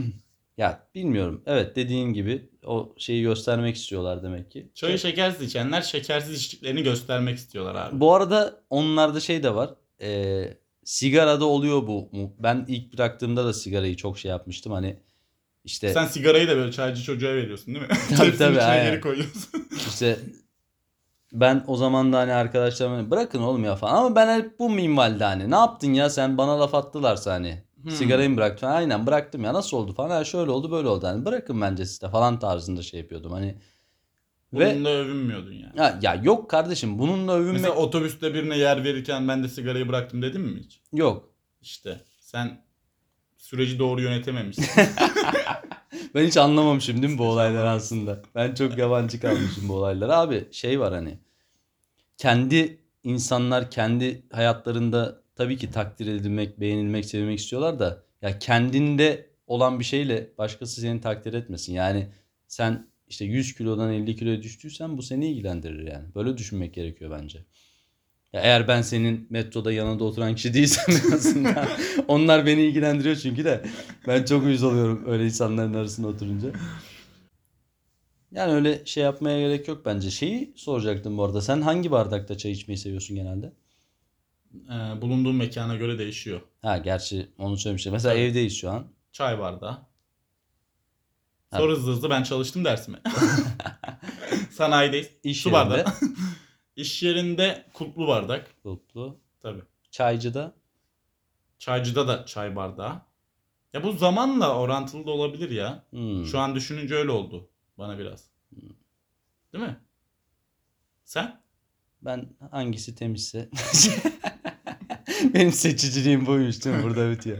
Speaker 2: ya bilmiyorum. Evet dediğin gibi o şeyi göstermek istiyorlar demek ki. Şey,
Speaker 1: Çayı şekersiz içenler şekersiz içtiklerini göstermek istiyorlar abi.
Speaker 2: Bu arada onlarda şey de var. Eee sigarada oluyor bu. Ben ilk bıraktığımda da sigarayı çok şey yapmıştım. Hani işte
Speaker 1: Sen sigarayı da böyle çaycı çocuğa veriyorsun değil mi?
Speaker 2: Tabii,
Speaker 1: Tepsinin
Speaker 2: tabii,
Speaker 1: içine
Speaker 2: aynen.
Speaker 1: geri koyuyorsun.
Speaker 2: işte ben o zaman da hani arkadaşlarıma hani, bırakın oğlum ya falan. Ama ben hep bu minvalde hani ne yaptın ya sen bana laf attılarsa hani
Speaker 1: Hmm.
Speaker 2: Sigarayı mı bıraktın? Aynen bıraktım ya nasıl oldu falan. Ha, şöyle oldu böyle oldu. Hani bırakın bence siz de falan tarzında şey yapıyordum. Hani ve
Speaker 1: Bununla övünmüyordun yani.
Speaker 2: ya, ya yok kardeşim bununla övünme
Speaker 1: Mesela otobüste birine yer verirken ben de sigarayı bıraktım dedim mi hiç?
Speaker 2: yok.
Speaker 1: İşte sen süreci doğru yönetememişsin.
Speaker 2: Ben hiç anlamamışım değil mi bu olayları aslında. Ben çok yabancı kalmışım bu olaylara. Abi şey var hani kendi insanlar kendi hayatlarında tabii ki takdir edilmek, beğenilmek, sevilmek istiyorlar da ya kendinde olan bir şeyle başkası seni takdir etmesin. Yani sen işte 100 kilodan 50 kiloya düştüysen bu seni ilgilendirir yani. Böyle düşünmek gerekiyor bence. Ya eğer ben senin metroda yanında oturan kişi değilsem en azından onlar beni ilgilendiriyor çünkü de ben çok uyuz oluyorum öyle insanların arasında oturunca. Yani öyle şey yapmaya gerek yok bence. Şeyi soracaktım bu arada. Sen hangi bardakta çay içmeyi seviyorsun genelde?
Speaker 1: ee, bulunduğun mekana göre değişiyor.
Speaker 2: Ha gerçi onu söylemiştim. Mesela
Speaker 1: Tabii.
Speaker 2: evdeyiz şu an.
Speaker 1: Çay bardağı.
Speaker 2: Abi.
Speaker 1: Sonra hızlı hızlı ben çalıştım dersime. Sanayideyiz.
Speaker 2: İş
Speaker 1: Su
Speaker 2: yerinde.
Speaker 1: bardağı. İş yerinde kutlu bardak.
Speaker 2: Kutlu.
Speaker 1: Tabii.
Speaker 2: Çaycıda.
Speaker 1: Çaycıda da çay bardağı. Ya bu zamanla orantılı da olabilir ya.
Speaker 2: Hmm.
Speaker 1: Şu an düşününce öyle oldu bana biraz. Değil mi? Sen?
Speaker 2: Ben hangisi temizse. Benim seçiciliğim buymuş değil mi? Burada bitiyor.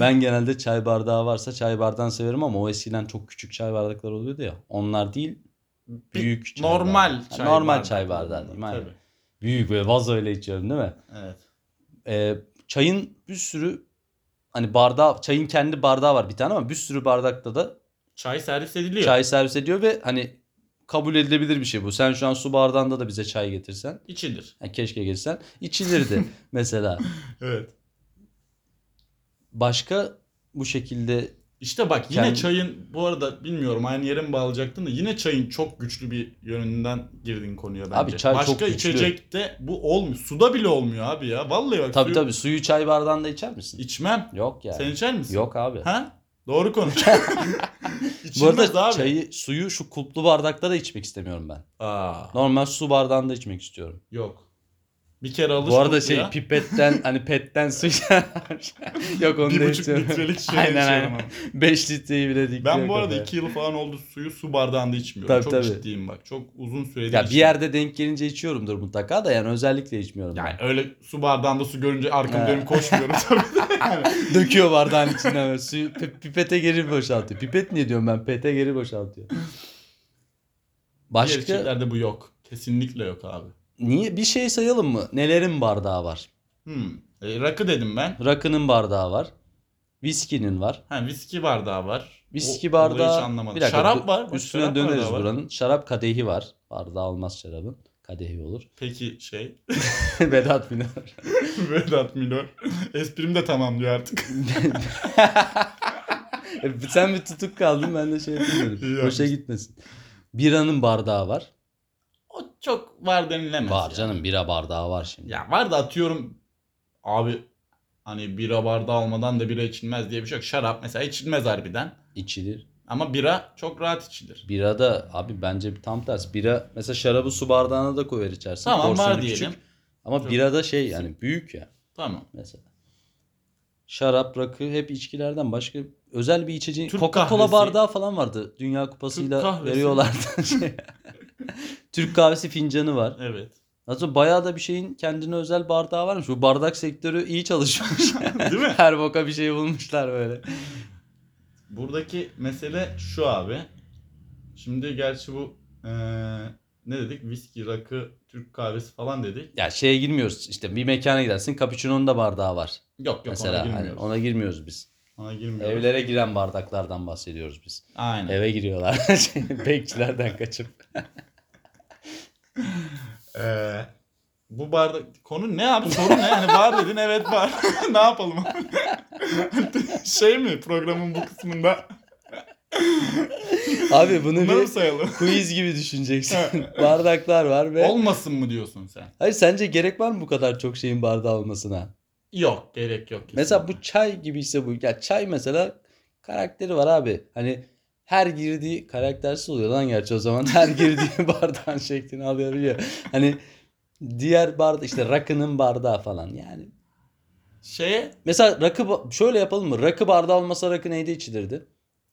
Speaker 2: Ben genelde çay bardağı varsa çay bardağını severim ama o eskiden çok küçük çay bardaklar oluyordu ya. Onlar değil
Speaker 1: Bir
Speaker 2: büyük çay
Speaker 1: normal
Speaker 2: bardağı.
Speaker 1: çay
Speaker 2: normal
Speaker 1: bardağı
Speaker 2: çay bardağı
Speaker 1: kullanıyorum.
Speaker 2: diyeyim. aynen.
Speaker 1: Tabii.
Speaker 2: Büyük böyle vazoyla içiyorum değil mi?
Speaker 1: Evet.
Speaker 2: Ee, çayın bir sürü hani bardağı çayın kendi bardağı var bir tane ama bir sürü bardakta da
Speaker 1: Çay servis ediliyor.
Speaker 2: çay servis ediyor ve hani kabul edilebilir bir şey bu. Sen şu an su bardağında da bize çay getirsen,
Speaker 1: İçilir.
Speaker 2: yani keşke getirsen içilirdi mesela.
Speaker 1: Evet.
Speaker 2: Başka bu şekilde
Speaker 1: İşte bak yine
Speaker 2: Kendi-
Speaker 1: çayın bu arada bilmiyorum aynı yere mi bağlayacaktın da yine çayın çok güçlü bir yönünden girdin konuya bence.
Speaker 2: Abi çay çok
Speaker 1: Başka
Speaker 2: güçlü.
Speaker 1: içecekte bu olmuyor. Suda bile olmuyor abi ya. Vallahi bak
Speaker 2: tabii
Speaker 1: suyu
Speaker 2: tabii suyu çay bardağında içer misin?
Speaker 1: içmem.
Speaker 2: Yok yani.
Speaker 1: Sen içer misin?
Speaker 2: Yok abi.
Speaker 1: Ha? Doğru konuş.
Speaker 2: Bu
Speaker 1: İçilmez
Speaker 2: arada
Speaker 1: abi.
Speaker 2: çayı, suyu şu kulplu bardakta da içmek istemiyorum ben.
Speaker 1: Aa,
Speaker 2: Normal su bardağında içmek istiyorum.
Speaker 1: yok. Bir kere alış
Speaker 2: Bu arada
Speaker 1: kutuya.
Speaker 2: şey pipetten hani petten su Yok onu
Speaker 1: bir
Speaker 2: da
Speaker 1: buçuk
Speaker 2: içiyorum.
Speaker 1: litrelik şey
Speaker 2: Aynen,
Speaker 1: içiyorum
Speaker 2: aynen.
Speaker 1: ama.
Speaker 2: 5 litreyi bile dikti.
Speaker 1: Ben bu arada 2 yıl falan oldu suyu su bardağında içmiyorum.
Speaker 2: Tabii,
Speaker 1: çok
Speaker 2: tabii.
Speaker 1: ciddiyim bak. Çok uzun süredir
Speaker 2: Ya bir
Speaker 1: içmiyorum.
Speaker 2: yerde denk gelince içiyorumdur mutlaka da yani özellikle içmiyorum.
Speaker 1: Yani
Speaker 2: ben.
Speaker 1: öyle su bardağında su görünce arkamı
Speaker 2: He.
Speaker 1: dönüp koşmuyorum tabii. de yani.
Speaker 2: Döküyor bardağın içinden böyle suyu pi- pipete geri boşaltıyor. Pipet niye diyorum ben? Pete geri boşaltıyor.
Speaker 1: Diğer
Speaker 2: Başka
Speaker 1: içeceklerde bu yok. Kesinlikle yok abi.
Speaker 2: niye bir şey sayalım mı? Nelerin bardağı var?
Speaker 1: Hmm. E, rakı dedim ben.
Speaker 2: Rakının bardağı var. Viskinin var.
Speaker 1: Ha viski bardağı var.
Speaker 2: Viski
Speaker 1: O-
Speaker 2: bardağı.
Speaker 1: olayı hiç anlamadım.
Speaker 2: Bir dakika,
Speaker 1: şarap
Speaker 2: dö-
Speaker 1: var. Bak,
Speaker 2: Üstüne
Speaker 1: şarap
Speaker 2: döneriz
Speaker 1: bardağı var.
Speaker 2: buranın. Şarap kadehi var. Bardağı olmaz şarabın. Kadehi olur.
Speaker 1: Peki şey.
Speaker 2: Vedat Milor.
Speaker 1: Vedat Milor. Esprim de tamam diyor artık.
Speaker 2: E, Sen bir tutuk kaldın ben de şey yapamıyorum.
Speaker 1: İyi
Speaker 2: Boşa
Speaker 1: yapmışsın.
Speaker 2: gitmesin. Biranın bardağı var.
Speaker 1: O çok var denilemez.
Speaker 2: Var
Speaker 1: ya.
Speaker 2: canım bira bardağı var şimdi.
Speaker 1: Ya var da atıyorum abi hani bira bardağı almadan da bira içilmez diye bir şey yok. Şarap mesela içilmez harbiden.
Speaker 2: İçilir.
Speaker 1: Ama bira çok rahat içilir.
Speaker 2: Bira da abi bence bir tam ters. Bira mesela şarabı su bardağına da koyar içersin.
Speaker 1: Tamam
Speaker 2: Porsiyonu
Speaker 1: var
Speaker 2: küçük.
Speaker 1: diyelim.
Speaker 2: Ama
Speaker 1: Çok-
Speaker 2: bira da şey yani büyük ya
Speaker 1: Tamam.
Speaker 2: mesela. Şarap, rakı hep içkilerden başka özel bir içeceğin.
Speaker 1: Türk
Speaker 2: Coca-Cola
Speaker 1: kahvesi.
Speaker 2: bardağı falan vardı. Dünya kupasıyla
Speaker 1: kahvesi.
Speaker 2: veriyorlardı. Şey- Türk kahvesi fincanı var.
Speaker 1: Evet.
Speaker 2: Aslında bayağı da bir şeyin kendine özel bardağı varmış. Bu bardak sektörü iyi çalışmış.
Speaker 1: Değil mi?
Speaker 2: Her boka bir şey bulmuşlar böyle.
Speaker 1: Buradaki mesele şu abi. Şimdi gerçi bu eee, ne dedik? Viski, rakı, Türk kahvesi falan dedik.
Speaker 2: Ya şeye girmiyoruz işte bir mekana gidersin cappuccino'nun da bardağı var.
Speaker 1: Yok yok ona
Speaker 2: Mesela hani
Speaker 1: girmiyoruz.
Speaker 2: ona girmiyoruz biz.
Speaker 1: Ona girmiyoruz.
Speaker 2: Evlere giren bardaklardan bahsediyoruz biz.
Speaker 1: Aynen.
Speaker 2: Eve giriyorlar. Şey, Bekçilerden kaçıp.
Speaker 1: Eee, Ee, bu bardak konu ne abi soru ne? Hani var dedin evet var. ne yapalım? şey mi programın bu kısmında?
Speaker 2: Abi bunu
Speaker 1: Bunları mı
Speaker 2: bir
Speaker 1: sayalım?
Speaker 2: quiz gibi düşüneceksin. Bardaklar var ve...
Speaker 1: Olmasın mı diyorsun sen?
Speaker 2: Hayır sence gerek var mı bu kadar çok şeyin bardağı olmasına?
Speaker 1: Yok gerek yok. kesinlikle.
Speaker 2: Mesela bu çay gibiyse bu. Ya çay mesela karakteri var abi. Hani her girdiği karaktersiz oluyor lan gerçi o zaman. Her girdiği bardağın şeklini alıyor biliyor. Hani diğer barda işte rakının bardağı falan yani.
Speaker 1: şeye
Speaker 2: Mesela rakı ba- şöyle yapalım mı? Rakı bardağı olmasa rakı neyde içilirdi?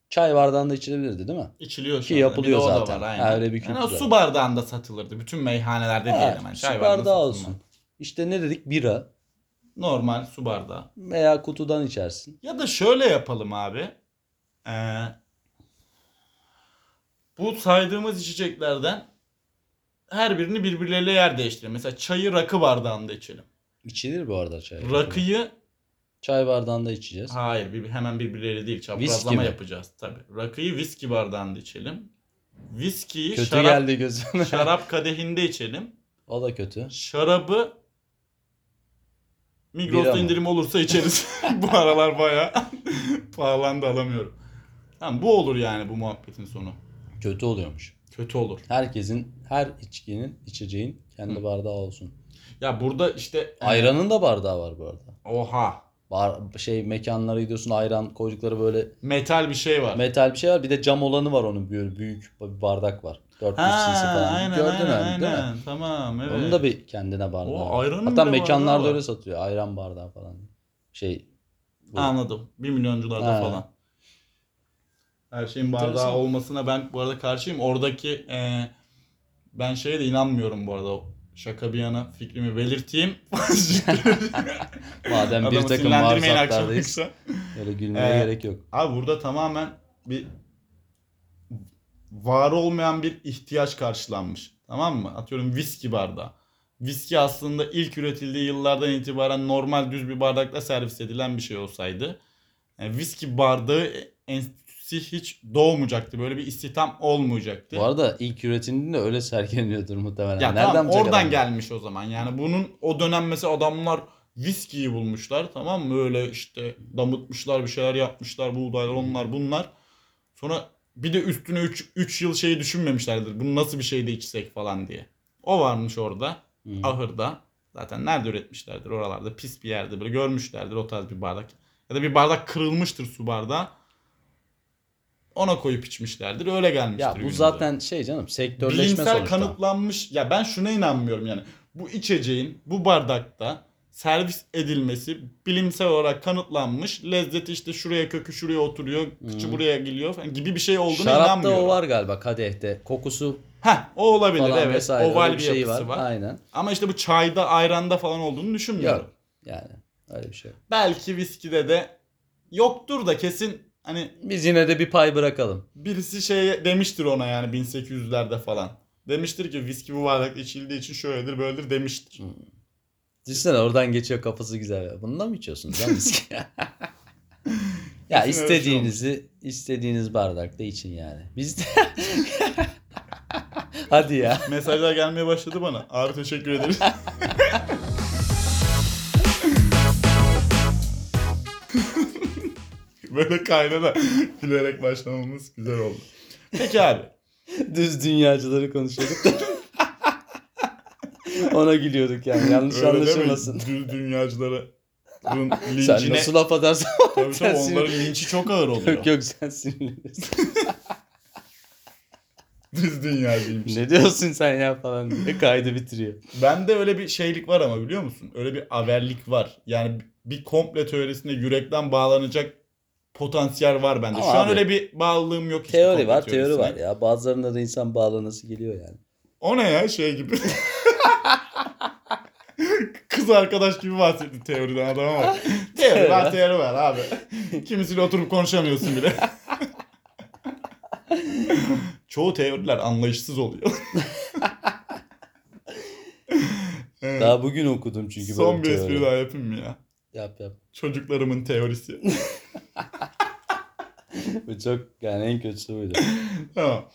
Speaker 2: Çay bardağında içilebilirdi değil mi?
Speaker 1: içiliyor şu
Speaker 2: Ki
Speaker 1: anda. Bir de
Speaker 2: yapılıyor
Speaker 1: o da
Speaker 2: zaten.
Speaker 1: Var, aynen.
Speaker 2: Ha, öyle bir
Speaker 1: Yani o
Speaker 2: kültür var.
Speaker 1: su bardağında satılırdı. Bütün meyhanelerde
Speaker 2: Ha,
Speaker 1: diyelim. Yani.
Speaker 2: su
Speaker 1: Çay bardağında
Speaker 2: bardağı
Speaker 1: satılmaz.
Speaker 2: olsun. İşte ne dedik? Bira
Speaker 1: Normal su bardağı.
Speaker 2: veya kutudan içersin.
Speaker 1: Ya da şöyle yapalım abi. Ee, bu saydığımız içeceklerden her birini birbirleriyle yer değiştirelim. Mesela çayı rakı bardağında içelim.
Speaker 2: İçilir bu arada çay.
Speaker 1: Rakıyı
Speaker 2: Çay bardağında içeceğiz.
Speaker 1: hayır bir, hemen birbirleriyle değil
Speaker 2: Viski
Speaker 1: çaprazlama
Speaker 2: mi?
Speaker 1: yapacağız tabii. Rakıyı viski bardağında içelim. Viskiyi
Speaker 2: Kötü
Speaker 1: şarap,
Speaker 2: geldi gözüme.
Speaker 1: şarap kadehinde içelim.
Speaker 2: O da kötü.
Speaker 1: Şarabı
Speaker 2: Bira
Speaker 1: Migros'ta
Speaker 2: mı?
Speaker 1: indirim olursa içeriz. bu aralar baya pahalandı alamıyorum. Tamam bu olur yani bu muhabbetin sonu.
Speaker 2: Kötü oluyormuş.
Speaker 1: Kötü olur.
Speaker 2: Herkesin, her içkinin, içeceğin kendi
Speaker 1: Hı.
Speaker 2: bardağı olsun.
Speaker 1: Ya burada işte
Speaker 2: Ayranın da bardağı var bu arada.
Speaker 1: oha
Speaker 2: Bar, şey mekanlara gidiyorsun ayran koydukları böyle
Speaker 1: metal bir şey var.
Speaker 2: metal bir şey var. Bir de cam olanı var onun böyle büyük bir bardak var. 400 cc
Speaker 1: ha,
Speaker 2: şey falan.
Speaker 1: aynen
Speaker 2: Gördün
Speaker 1: aynen,
Speaker 2: herhalde, değil mi?
Speaker 1: aynen. Tamam evet.
Speaker 2: Onun da bir kendine bardağı
Speaker 1: O
Speaker 2: var.
Speaker 1: ayranın
Speaker 2: Hatta
Speaker 1: bile bardağı
Speaker 2: mekanlarda
Speaker 1: var.
Speaker 2: öyle satıyor. Ayran bardağı falan. Şey bu.
Speaker 1: Anladım. 1 milyoncularda
Speaker 2: Ha.
Speaker 1: falan. Her şeyin bardağı
Speaker 2: Enteresan.
Speaker 1: olmasına ben bu arada karşıyım. Oradaki e, ben şeye de inanmıyorum bu arada. Şaka bir yana fikrimi belirteyim.
Speaker 2: Madem bir
Speaker 1: Adamı
Speaker 2: takım
Speaker 1: sinirlendirmeyin akşam
Speaker 2: maruzatlardayız.
Speaker 1: yoksa.
Speaker 2: Öyle gülmeye
Speaker 1: Ee,
Speaker 2: gerek yok.
Speaker 1: Abi burada tamamen bir var olmayan bir ihtiyaç karşılanmış. Tamam mı? Atıyorum viski bardağı. Viski aslında ilk üretildiği yıllardan itibaren normal düz bir bardakla servis edilen bir şey olsaydı. yani viski bardağı enstitüsü hiç doğmayacaktı. Böyle bir istihdam olmayacaktı.
Speaker 2: Bu arada ilk üretiminde öyle sergileniyordur muhtemelen. Hani
Speaker 1: ya
Speaker 2: Nereden
Speaker 1: tamam
Speaker 2: bulacak
Speaker 1: oradan
Speaker 2: adam?
Speaker 1: gelmiş o zaman. Yani bunun o dönem mesela adamlar viskiyi bulmuşlar tamam mı? Öyle işte damıtmışlar bir şeyler yapmışlar buğdaylar onlar bunlar. Sonra bir de üstüne 3 yıl şeyi düşünmemişlerdir. Bunu nasıl bir şeyde içsek falan diye. O varmış orada
Speaker 2: Hı.
Speaker 1: ahırda. Zaten nerede üretmişlerdir oralarda pis bir yerde böyle görmüşlerdir o tarz bir bardak. Ya da bir bardak kırılmıştır su bardağı. Ona koyup içmişlerdir. Öyle gelmiştir.
Speaker 2: Ya bu
Speaker 1: günümüze.
Speaker 2: zaten şey canım sektörleşme
Speaker 1: Bilimsel
Speaker 2: sonuçta.
Speaker 1: kanıtlanmış. Ya ben şuna inanmıyorum yani. Bu içeceğin bu bardakta servis edilmesi bilimsel olarak kanıtlanmış. Lezzeti işte şuraya kökü şuraya oturuyor, kıçı
Speaker 2: Hmm.
Speaker 1: buraya geliyor falan gibi bir şey olduğuna
Speaker 2: Şarapta
Speaker 1: inanmıyorum.
Speaker 2: o var galiba kadehte. Kokusu
Speaker 1: Heh, o olabilir
Speaker 2: falan
Speaker 1: evet.
Speaker 2: vesaire.
Speaker 1: Oval
Speaker 2: öyle
Speaker 1: bir
Speaker 2: bir şey var.
Speaker 1: yapısı var.
Speaker 2: Aynen.
Speaker 1: Ama işte bu çayda, ayranda falan olduğunu düşünmüyorum.
Speaker 2: Yok. Yani öyle bir şey. yok.
Speaker 1: Belki viskide de yoktur da kesin hani
Speaker 2: Biz yine de bir pay bırakalım.
Speaker 1: birisi şey demiştir ona yani 1800'lerde falan. Demiştir ki viski bu bardakta içildiği için şöyledir böyledir demiştir.
Speaker 2: Düşünsene oradan geçiyor kafası güzel. Bunu da mı içiyorsunuz lan biz? ya
Speaker 1: öyle bir şey
Speaker 2: istediğinizi istediğiniz bardakta için yani. Biz de Hadi ya.
Speaker 1: Mesajlar gelmeye başladı bana. Ağrı teşekkür ederim. Böyle kaynana gülerek başlamamız güzel oldu. Peki abi.
Speaker 2: Düz dünyacıları konuşuyorduk da. Ona gülüyorduk yani yanlış
Speaker 1: öyle deme,
Speaker 2: anlaşılmasın.
Speaker 1: Düz dünyacılara bunun
Speaker 2: Sen
Speaker 1: linçine.
Speaker 2: nasıl laf atarsın?
Speaker 1: Tabii tabii
Speaker 2: sinir-
Speaker 1: onların linçi çok ağır oluyor.
Speaker 2: yok yok sen sinirlenirsin.
Speaker 1: Düz dünyacıymış.
Speaker 2: ne diyorsun sen ya falan diye kaydı bitiriyor.
Speaker 1: Bende öyle bir şeylik var ama biliyor musun? Öyle bir averlik var. Yani bir komple teorisine yürekten bağlanacak potansiyel var bende.
Speaker 2: Ama
Speaker 1: Şu an
Speaker 2: abi,
Speaker 1: öyle bir bağlılığım yok. işte
Speaker 2: Teori
Speaker 1: komple
Speaker 2: var teori
Speaker 1: teorisine.
Speaker 2: var ya bazılarında da insan bağlanası geliyor yani.
Speaker 1: O ne ya şey gibi. Kız arkadaş gibi bahsetti teoriden adam ama. teori var teori var abi. Kimisiyle oturup konuşamıyorsun bile. Çoğu teoriler anlayışsız oluyor. Evet.
Speaker 2: Daha bugün okudum çünkü
Speaker 1: Son bir
Speaker 2: böyle
Speaker 1: espri
Speaker 2: teori.
Speaker 1: daha yapayım mı ya?
Speaker 2: Yap yap.
Speaker 1: Çocuklarımın teorisi.
Speaker 2: Bu çok yani en kötüsü buydu.
Speaker 1: tamam.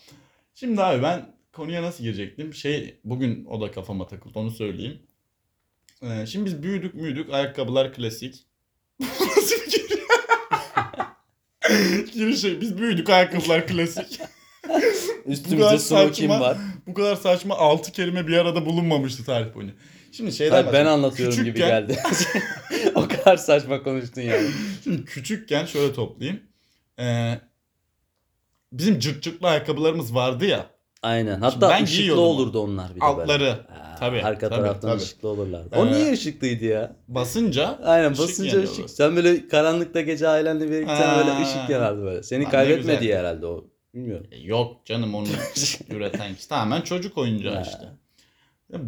Speaker 1: Şimdi abi ben konuya nasıl girecektim? Şey bugün o da kafama takıldı onu söyleyeyim. Ee, şimdi biz büyüdük büyüdük ayakkabılar klasik. Nasıl bir giriş? giriş şey, biz büyüdük ayakkabılar klasik.
Speaker 2: Üstümüzde smoking
Speaker 1: saçma.
Speaker 2: var.
Speaker 1: Bu kadar saçma altı kelime bir arada bulunmamıştı tarih boyunca. Şimdi şeyden
Speaker 2: Hayır, ben
Speaker 1: bahsedeyim.
Speaker 2: anlatıyorum gibi
Speaker 1: şey Küçükken-
Speaker 2: geldi. o kadar saçma konuştun yani.
Speaker 1: Şimdi küçükken şöyle toplayayım. Ee, bizim cırt cırtlı ayakkabılarımız vardı ya.
Speaker 2: Aynen.
Speaker 1: Şimdi
Speaker 2: Hatta
Speaker 1: ben
Speaker 2: ışıklı
Speaker 1: giyiyordum onu.
Speaker 2: olurdu onlar bir de böyle.
Speaker 1: Altları
Speaker 2: Ha,
Speaker 1: Tabii,
Speaker 2: Arka
Speaker 1: tabii,
Speaker 2: taraftan
Speaker 1: tabii.
Speaker 2: ışıklı olurlardı.
Speaker 1: Ee,
Speaker 2: O niye ışıklıydı ya?
Speaker 1: basınca
Speaker 2: Aynen
Speaker 1: ışık
Speaker 2: basınca
Speaker 1: yanıyordu.
Speaker 2: ışık. Sen böyle karanlıkta gece ailenle birlikte
Speaker 1: Ha.
Speaker 2: böyle ışık yanardı böyle. Seni
Speaker 1: Lan ne
Speaker 2: kaybetmedi
Speaker 1: güzel.
Speaker 2: herhalde o. Bilmiyorum.
Speaker 1: E, Yok canım onu üreten kişi tamamen çocuk oyuncağı
Speaker 2: Ha.
Speaker 1: işte. Ya,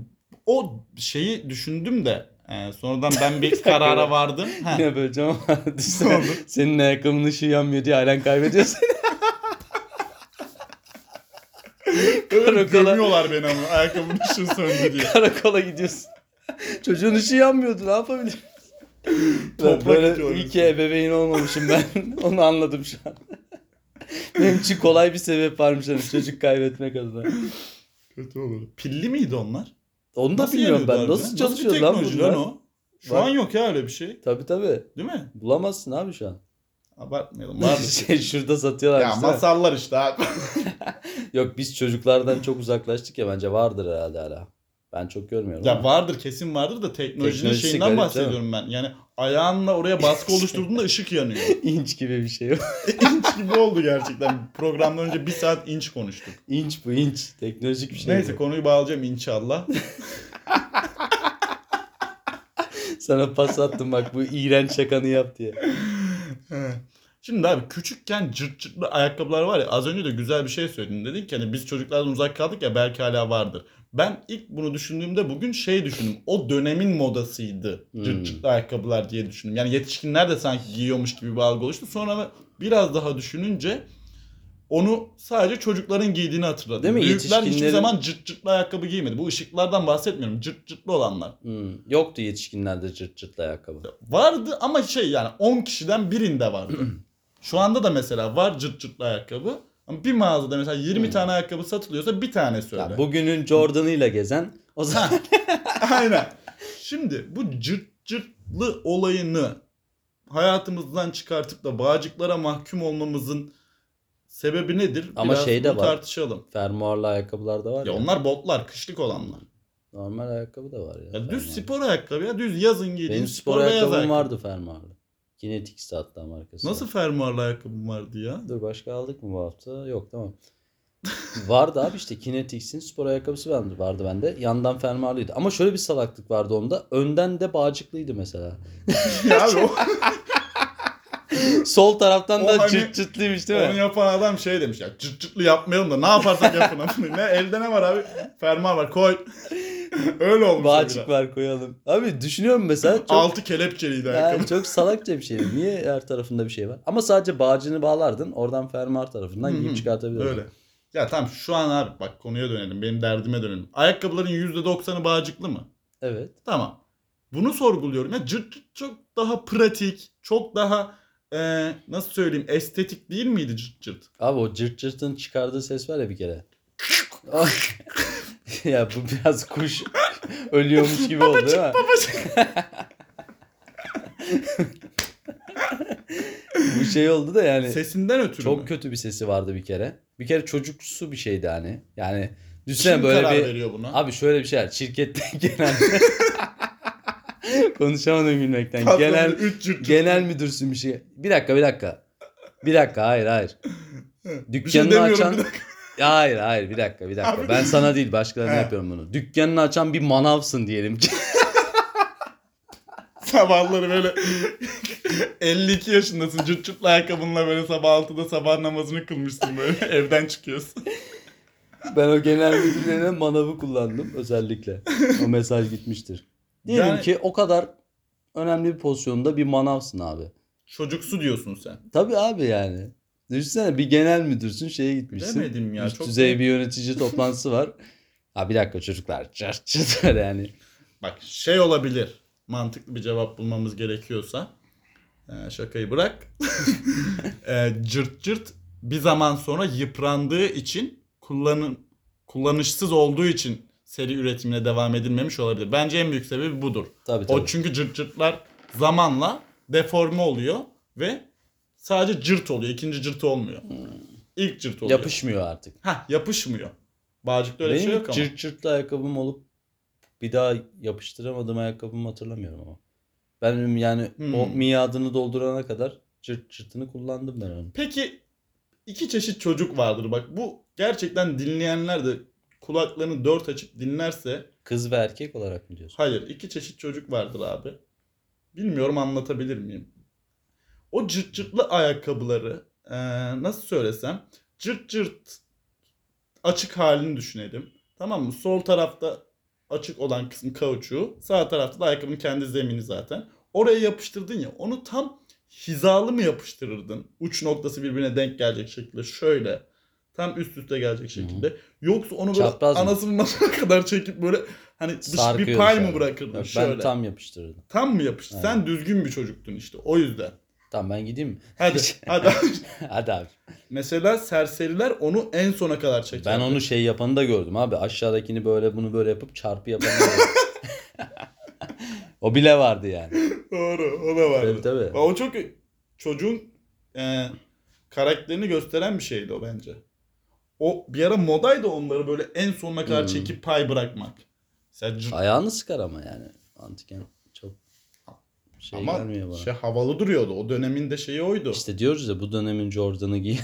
Speaker 1: O şeyi düşündüm de e, sonradan ben bir karara vardım. Ha,
Speaker 2: Yine böyle cam
Speaker 1: ne
Speaker 2: düşsene.
Speaker 1: oldu?
Speaker 2: Senin ayakkabının ışığı yanmıyor diye ailen kaybediyor seni.
Speaker 1: Öyle
Speaker 2: Karakola-
Speaker 1: gömüyorlar beni ama ayakkabının ışığı söndü diye.
Speaker 2: Karakola gidiyorsun. Çocuğun ışığı yanmıyordu ne yapabilirim? Ben
Speaker 1: Toprak
Speaker 2: böyle
Speaker 1: itiyorlar
Speaker 2: iyi ki
Speaker 1: üstüne.
Speaker 2: ebeveyn olmamışım ben. Onu anladım şu an. Benim için kolay bir sebep varmış hani çocuk kaybetmek adına.
Speaker 1: Kötü olur. Pilli miydi onlar?
Speaker 2: Onu da bilmiyorum ben.
Speaker 1: yanıyordu
Speaker 2: Nasıl
Speaker 1: harbiden?
Speaker 2: çalışıyor
Speaker 1: bir
Speaker 2: lan
Speaker 1: teknoloji
Speaker 2: bunlar?
Speaker 1: o? Şu
Speaker 2: Bak.
Speaker 1: an yok ya öyle bir şey.
Speaker 2: Tabii tabii.
Speaker 1: Değil mi?
Speaker 2: Bulamazsın abi şu an.
Speaker 1: Abartmayalım. Vardır.
Speaker 2: şey, şurada satıyorlar.
Speaker 1: ya masallar işte abi.
Speaker 2: Yok biz çocuklardan çok uzaklaştık ya bence vardır herhalde hala. Ben çok görmüyorum.
Speaker 1: Ya
Speaker 2: ama.
Speaker 1: vardır kesin vardır da teknolojinin
Speaker 2: Teknolojisi
Speaker 1: şeyinden
Speaker 2: garip değil mi?
Speaker 1: bahsediyorum ben. Yani ayağınla oraya baskı oluşturduğunda ışık yanıyor.
Speaker 2: İnç gibi bir şey yok.
Speaker 1: inç gibi oldu gerçekten. Programdan önce bir saat inç konuştuk.
Speaker 2: İnç bu inç. Teknolojik bir şey.
Speaker 1: Neyse
Speaker 2: bu.
Speaker 1: konuyu bağlayacağım inşallah.
Speaker 2: Sana pas attım bak bu iğrenç şakanı yap diye.
Speaker 1: Şimdi abi küçükken cırt cırtlı ayakkabılar var ya az önce de güzel bir şey söyledin. Dedin ki hani biz çocuklardan uzak kaldık ya belki hala vardır. Ben ilk bunu düşündüğümde bugün şey düşündüm. O dönemin modasıydı
Speaker 2: Hmm.
Speaker 1: cırt cırtlı ayakkabılar diye düşündüm. Yani yetişkinler de sanki giyiyormuş gibi bir algı oluştu. Sonra ben biraz daha düşününce onu sadece çocukların giydiğini hatırladım.
Speaker 2: Değil mi?
Speaker 1: Büyükler hiçbir
Speaker 2: Yetişkinlerin-
Speaker 1: zaman cırt cırtlı ayakkabı giymedi. Bu ışıklardan bahsetmiyorum. Cırt cırtlı olanlar.
Speaker 2: Hmm, Yoktu yetişkinlerde cırt cırtlı ayakkabı.
Speaker 1: Vardı ama şey yani 10 kişiden birinde vardı. Şu anda da mesela var cırt cırtlı ayakkabı. Ama bir mağazada mesela 20
Speaker 2: Hı.
Speaker 1: tane ayakkabı satılıyorsa bir tane söyle.
Speaker 2: Hmm. Ya, bugünün Jordan'ıyla gezen o zaman
Speaker 1: Aynen. Şimdi bu cırt cırtlı olayını hayatımızdan çıkartıp da bağcıklara mahkum olmamızın sebebi nedir?
Speaker 2: Ama şey de
Speaker 1: bunu
Speaker 2: var.
Speaker 1: tartışalım.
Speaker 2: fermuarlı ayakkabılar da var ya.
Speaker 1: Ya onlar botlar, kışlık olanlar.
Speaker 2: Normal ayakkabı da var ya.
Speaker 1: Ya
Speaker 2: fermuarlı.
Speaker 1: düz spor ayakkabı ya düz yazın giydiğin
Speaker 2: Benim spor
Speaker 1: beyaz
Speaker 2: ayakkabım
Speaker 1: ayakkabı.
Speaker 2: vardı fermuarlı. Kinetics'te hatta markası.
Speaker 1: Nasıl
Speaker 2: var.
Speaker 1: fermuarlı ayakkabım vardı ya?
Speaker 2: Dur başka aldık mı bu hafta? Yok tamam. vardı abi işte Kinetics'in spor ayakkabısı vardı, vardı bende. Yandan fermuarlıydı. Ama şöyle bir salaklık vardı onda. Önden de bağcıklıydı mesela.
Speaker 1: ya abi o-
Speaker 2: Sol taraftan
Speaker 1: O
Speaker 2: da
Speaker 1: hani-
Speaker 2: çıt çıtlıymış değil
Speaker 1: Onu
Speaker 2: mi?
Speaker 1: yapan adam şey demiş ya cırt cırtlı yapmayalım da ne yaparsak yapın. amına. ne, elde ne var abi? Fermuar var koy. Öyle olmuş.
Speaker 2: Bağcık
Speaker 1: biraz.
Speaker 2: var koyalım. Abi düşünüyorum mesela çok,
Speaker 1: Altı kelepçeliydi ayakkabı.
Speaker 2: yani çok salakça bir şeydi. Niye her tarafında bir şey var? Ama sadece bağcını bağlardın. Oradan fermuar
Speaker 1: Hı
Speaker 2: tarafından
Speaker 1: hı,
Speaker 2: giyip çıkartabilirdin.
Speaker 1: Öyle. Ya tamam şu an abi bak konuya dönelim. Benim derdime dönelim. Ayakkabıların %90'ı bağcıklı mı?
Speaker 2: Evet.
Speaker 1: Tamam. Bunu sorguluyorum. Ya cırt cırt çok daha pratik, çok daha e, nasıl söyleyeyim estetik değil miydi cırt cırt?
Speaker 2: Abi o cırt cırtın çıkardığı ses var ya bir kere. ya bu biraz kuş ölüyormuş gibi oldu değil mi? Bu şey oldu da yani.
Speaker 1: Sesinden ötürü
Speaker 2: Çok
Speaker 1: mü?
Speaker 2: kötü bir sesi vardı bir kere. Bir kere çocuksu bir şeydi hani. Yani
Speaker 1: Kim
Speaker 2: düşünsene böyle
Speaker 1: karar
Speaker 2: bir
Speaker 1: veriyor buna?
Speaker 2: abi şöyle bir şeyler şirkette genel konuşamadım gülmekten.
Speaker 1: Patronun
Speaker 2: genel
Speaker 1: üç cürt-
Speaker 2: genel müdürsün bir şey. Bir dakika bir dakika. Bir dakika hayır hayır.
Speaker 1: Bir şey
Speaker 2: Dükkanını
Speaker 1: demiyorum,
Speaker 2: açan
Speaker 1: bir dakika.
Speaker 2: Hayır hayır bir dakika bir dakika.
Speaker 1: Abi-
Speaker 2: Ben sana değil başkalarına
Speaker 1: He.
Speaker 2: yapıyorum bunu. Dükkanını açan bir manavsın diyelim ki.
Speaker 1: Sabahları böyle 52 yaşındasın. Cırt cırtlı ayakkabınla böyle sabah 6'da sabah namazını kılmışsın böyle. Evden çıkıyorsun.
Speaker 2: ben o genel müdürlerine manavı kullandım özellikle. O mesaj gitmiştir. Diyelim
Speaker 1: Yani-
Speaker 2: ki o kadar önemli bir pozisyonda bir manavsın abi.
Speaker 1: Çocuksu diyorsun sen.
Speaker 2: Tabii abi yani. Düşünsene bir genel müdürsün şeye gitmişsin.
Speaker 1: Demedim ya.
Speaker 2: Üst
Speaker 1: çok
Speaker 2: düzey bir yönetici toplantısı var. Ha bir dakika çocuklar. Çırt çırt öyle yani.
Speaker 1: Bak şey olabilir. Mantıklı bir cevap bulmamız gerekiyorsa. Ee, şakayı bırak. Ee, cırt cırt bir zaman sonra yıprandığı için kullanın kullanışsız olduğu için seri üretimine devam edilmemiş olabilir. Bence en büyük sebebi budur.
Speaker 2: Tabii tabii.
Speaker 1: O çünkü cırt cırtlar zamanla deforme oluyor ve sadece cırt oluyor. İkinci cırt olmuyor.
Speaker 2: Hmm.
Speaker 1: İlk cırt oluyor.
Speaker 2: Yapışmıyor artık.
Speaker 1: Hah, yapışmıyor. Bağcıkta öyle bir
Speaker 2: Benim
Speaker 1: şey yok ama.
Speaker 2: cırt cırtlı ayakkabım olup bir daha yapıştıramadığım ayakkabımı hatırlamıyorum ama. Benim yani o
Speaker 1: Hmm.
Speaker 2: miadını doldurana kadar cırt cırtını kullandım ben onu.
Speaker 1: Peki iki çeşit çocuk vardır bak. Bu gerçekten dinleyenler de kulaklarını dört açıp dinlerse
Speaker 2: Kız ve erkek olarak mı diyorsun?
Speaker 1: hayır iki çeşit çocuk vardır abi. Bilmiyorum anlatabilir miyim? O cırt cırtlı ayakkabıları eee, nasıl söylesem cırt cırt açık halini düşünelim. Tamam mı? Sol tarafta açık olan kısım kauçuğu. Sağ tarafta da ayakkabının kendi zemini zaten. Oraya yapıştırdın ya onu tam hizalı mı yapıştırırdın? Uç noktası birbirine denk gelecek şekilde şöyle. Tam üst üste gelecek şekilde. Yoksa onu böyle
Speaker 2: Çapraz mı?
Speaker 1: anasının nasıl kadar çekip böyle hani dış bir
Speaker 2: Sarkıyoruz
Speaker 1: pay mı
Speaker 2: yani.
Speaker 1: bırakırdın?
Speaker 2: Yok,
Speaker 1: şöyle.
Speaker 2: ben tam yapıştırırdım.
Speaker 1: Tam mı yapıştı?
Speaker 2: Aynen.
Speaker 1: Sen düzgün bir çocuktun işte. O yüzden.
Speaker 2: Tamam ben gideyim mi?
Speaker 1: Hadi. hadi.
Speaker 2: Hadi abi.
Speaker 1: Mesela serseriler onu en sona kadar çeker.
Speaker 2: Ben onu şey yapanı da gördüm abi. Aşağıdakini böyle bunu böyle yapıp çarpı yapanı da gördüm. O bile vardı yani.
Speaker 1: Doğru. O da vardı.
Speaker 2: Tabii tabii.
Speaker 1: O çok çocuğun e, karakterini gösteren bir şeydi o bence. O bir ara modaydı onları böyle en sonuna kadar
Speaker 2: Hmm.
Speaker 1: çekip pay bırakmak. Mesela cırt-
Speaker 2: Ayağını sıkar ama yani. Antiken çok şey
Speaker 1: ama
Speaker 2: gelmiyor bana.
Speaker 1: şey havalı duruyordu. O dönemin de şeyi oydu.
Speaker 2: İşte diyoruz ya bu dönemin Jordan'ı giyen.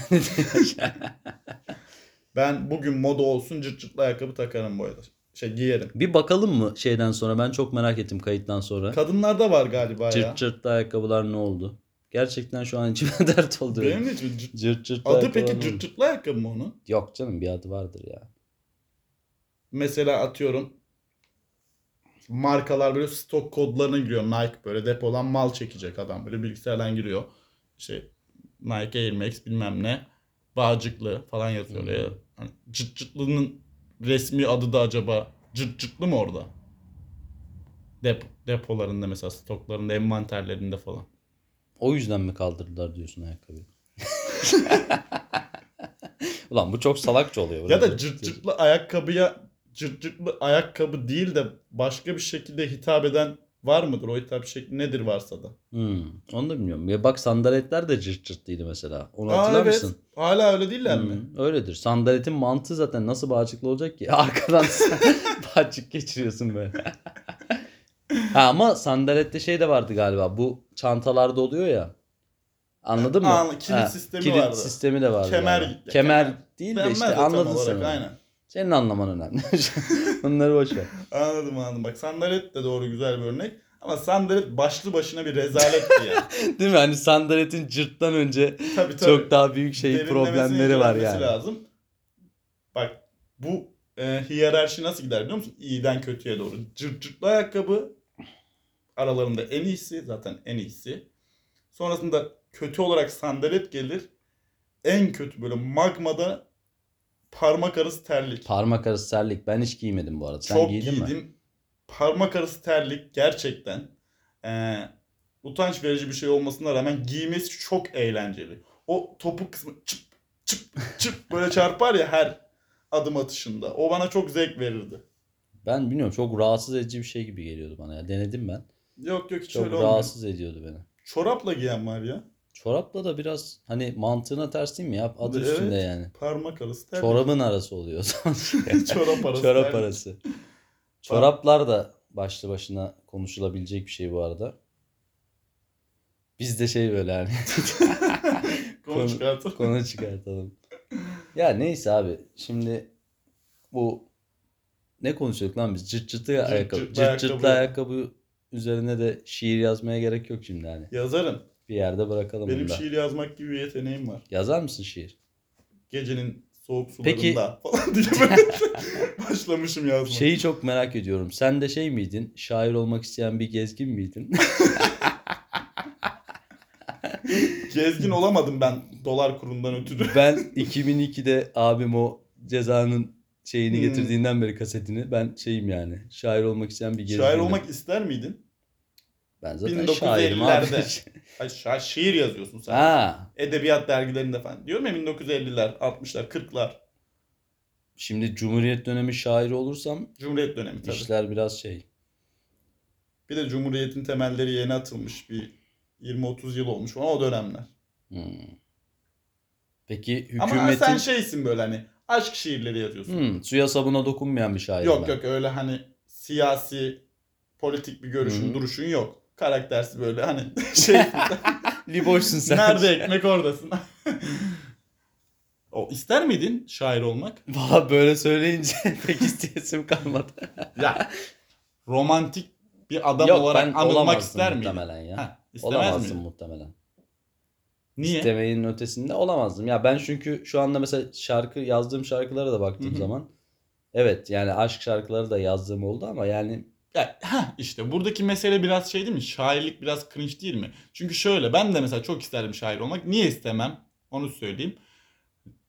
Speaker 1: Ben bugün moda olsun cırt cırtlı ayakkabı takarım bu arada. Şey giyerim.
Speaker 2: bir bakalım mı şeyden sonra? Ben çok merak ettim kayıttan sonra.
Speaker 1: Kadınlarda var galiba ya.
Speaker 2: Cırt cırtlı ayakkabılar ne oldu? Gerçekten şu an içime dert oldu.
Speaker 1: Benim de cırt- cırt-
Speaker 2: Cırt cırtlı
Speaker 1: Adı
Speaker 2: ayakkabılar ne
Speaker 1: peki
Speaker 2: oldu?
Speaker 1: cırt cırtlı ayakkabı mı onun?
Speaker 2: Yok canım bir adı vardır ya.
Speaker 1: mesela atıyorum markalar böyle stok kodlarına giriyor. Nike böyle depodan mal çekecek adam böyle bilgisayardan giriyor. İşte Nike Air Max bilmem ne bağcıklı falan yazıyor oraya. Hani cırt cırtlının resmi adı da acaba cırt cırtlı mı orada? Dep depolarında mesela stoklarında envanterlerinde falan.
Speaker 2: O yüzden mi kaldırdılar diyorsun ayakkabıyı? Ulan bu çok salakça oluyor. şey.
Speaker 1: Ya da cırt cırtlı ayakkabıya cırt cırtlı ayakkabı değil de başka bir şekilde hitap eden var mıdır? O hitap şekli nedir varsa da.
Speaker 2: Hmm, onu da bilmiyorum. Ya bak sandaletler de cırt cırtlıydı mesela. Onu
Speaker 1: Aa,
Speaker 2: hatırlar
Speaker 1: evet.
Speaker 2: mısın?
Speaker 1: Hala öyle değiller mi?
Speaker 2: Hmm, öyledir. Sandaletin mantığı zaten nasıl bağcıklı olacak ki? Arkadan bağcık geçiriyorsun böyle. ha, ama sandalette şey de vardı galiba. Bu çantalarda oluyor ya. Anladın mı?
Speaker 1: Anla- kilit
Speaker 2: Ha,
Speaker 1: sistemi
Speaker 2: kilit
Speaker 1: vardı.
Speaker 2: sistemi de vardı.
Speaker 1: Kemer-
Speaker 2: galiba.
Speaker 1: ya,
Speaker 2: kemer,
Speaker 1: kemer.
Speaker 2: değil de
Speaker 1: Denmez
Speaker 2: işte
Speaker 1: de tam
Speaker 2: anladın
Speaker 1: olarak,
Speaker 2: sen. onu.
Speaker 1: Aynen.
Speaker 2: Senin anlaman önemli. Bunları boş ver.
Speaker 1: Anladım anladım. Bak sandalet de doğru güzel bir örnek. Ama sandalet başlı başına bir rezaletti ya.
Speaker 2: Değil mi? Hani sandaletin cırttan önce
Speaker 1: E, tabii tabii.
Speaker 2: çok daha büyük şey
Speaker 1: Derinlemesine
Speaker 2: problemleri var
Speaker 1: incelenmesi
Speaker 2: yani.
Speaker 1: Lazım. Bak bu e, hiyerarşi nasıl gider biliyor musun? İyiden kötüye doğru. Cırt cırtlı ayakkabı aralarında en iyisi zaten en iyisi. Sonrasında kötü olarak sandalet gelir. En kötü böyle magmada parmak arası terlik.
Speaker 2: Parmak arası terlik. Ben hiç giymedim bu arada. Sen
Speaker 1: Çok
Speaker 2: giydin mi?
Speaker 1: giydim. Parmak arası terlik gerçekten e, utanç verici bir şey olmasına rağmen giymesi çok eğlenceli. O topuk kısmı çıp çıp çıp böyle çarpar ya her adım atışında. O bana çok zevk verirdi.
Speaker 2: Ben bilmiyorum çok rahatsız edici bir şey gibi geliyordu bana ya. Denedim ben.
Speaker 1: Yok yok hiç
Speaker 2: Çok
Speaker 1: öyle olmuyor.
Speaker 2: rahatsız ediyordu beni.
Speaker 1: Çorapla giyen var ya.
Speaker 2: Çorapla da biraz hani mantığına ters değil mi ya? Adı
Speaker 1: Evet.
Speaker 2: üstünde yani.
Speaker 1: Parmak arası terlik.
Speaker 2: Çorabın arası oluyor o zaman.
Speaker 1: Çorap arası.
Speaker 2: Çorap
Speaker 1: terlik.
Speaker 2: arası. Çoraplar da başlı başına konuşulabilecek bir şey bu arada. Biz de şey böyle hani
Speaker 1: Konu çıkartır.
Speaker 2: konu çıkartalım. Ya neyse abi şimdi bu ne konuşuyorduk lan biz? Cırt cırtlı ayakkabı.
Speaker 1: cırtlı
Speaker 2: Cırt
Speaker 1: ayakkabı.
Speaker 2: cırtlı ayakkabı üzerine de şiir yazmaya gerek yok şimdi hani.
Speaker 1: Yazarım.
Speaker 2: Bir yerde bırakalım
Speaker 1: Benim
Speaker 2: bunu da.
Speaker 1: şiir yazmak gibi bir yeteneğim var.
Speaker 2: Yazar mısın şiir?
Speaker 1: Gecenin soğuk
Speaker 2: Peki-
Speaker 1: sularında falan diye böyle başlamışım yazmaya.
Speaker 2: Şeyi çok merak ediyorum. Sen de şey miydin? Şair olmak isteyen bir gezgin miydin?
Speaker 1: Gezgin olamadım ben dolar kurundan ötürü.
Speaker 2: ben 2002'de abim o cezanın şeyini
Speaker 1: Hmm.
Speaker 2: getirdiğinden beri kasetini ben şeyim yani. Şair olmak isteyen bir gezginim.
Speaker 1: Şair olmak ister miydin?
Speaker 2: ben zaten şairim abi.
Speaker 1: 1950'lerde. Ay, şa- şiir yazıyorsun sen.
Speaker 2: ha.
Speaker 1: Edebiyat dergilerinde falan. Diyorum ya 1950'ler, 60'lar, 40'lar.
Speaker 2: Şimdi Cumhuriyet dönemi şairi olursam
Speaker 1: Cumhuriyet dönemi tabii.
Speaker 2: işler biraz şey.
Speaker 1: Bir de Cumhuriyet'in temelleri yeni atılmış bir 20-30 yıl olmuş falan o dönemler.
Speaker 2: Hmm. Peki
Speaker 1: Ama sen
Speaker 2: hükümetin
Speaker 1: şeysin böyle hani aşk şiirleri yazıyorsun.
Speaker 2: Hmm, suya sabuna dokunmayan bir şair
Speaker 1: yok
Speaker 2: ben.
Speaker 1: yok öyle hani siyasi politik bir görüşün
Speaker 2: Hı hı.
Speaker 1: duruşun yok. Karaktersi böyle hani şey
Speaker 2: Liboşsun sen.
Speaker 1: nerede ekmek oradasın. o ister miydin şair olmak?
Speaker 2: Valla böyle söyleyince pek isteyesim kalmadı.
Speaker 1: Ya romantik bir adam olarak anılmak
Speaker 2: olamazdım
Speaker 1: ister miydin?
Speaker 2: muhtemelen ya.
Speaker 1: Ha, istemez
Speaker 2: olamazdım
Speaker 1: miydin?
Speaker 2: muhtemelen.
Speaker 1: Niye?
Speaker 2: İstemeyin ötesinde olamazdım. Ya ben çünkü şu anda mesela şarkı yazdığım şarkılara da baktığım
Speaker 1: Hı hı.
Speaker 2: zaman evet yani aşk şarkıları da yazdığım oldu ama yani
Speaker 1: Ya ha işte buradaki mesele biraz şey değil mi? Şairlik biraz cringe değil mi? Çünkü şöyle ben de mesela çok isterdim şair olmak. Niye istemem? Onu söyleyeyim.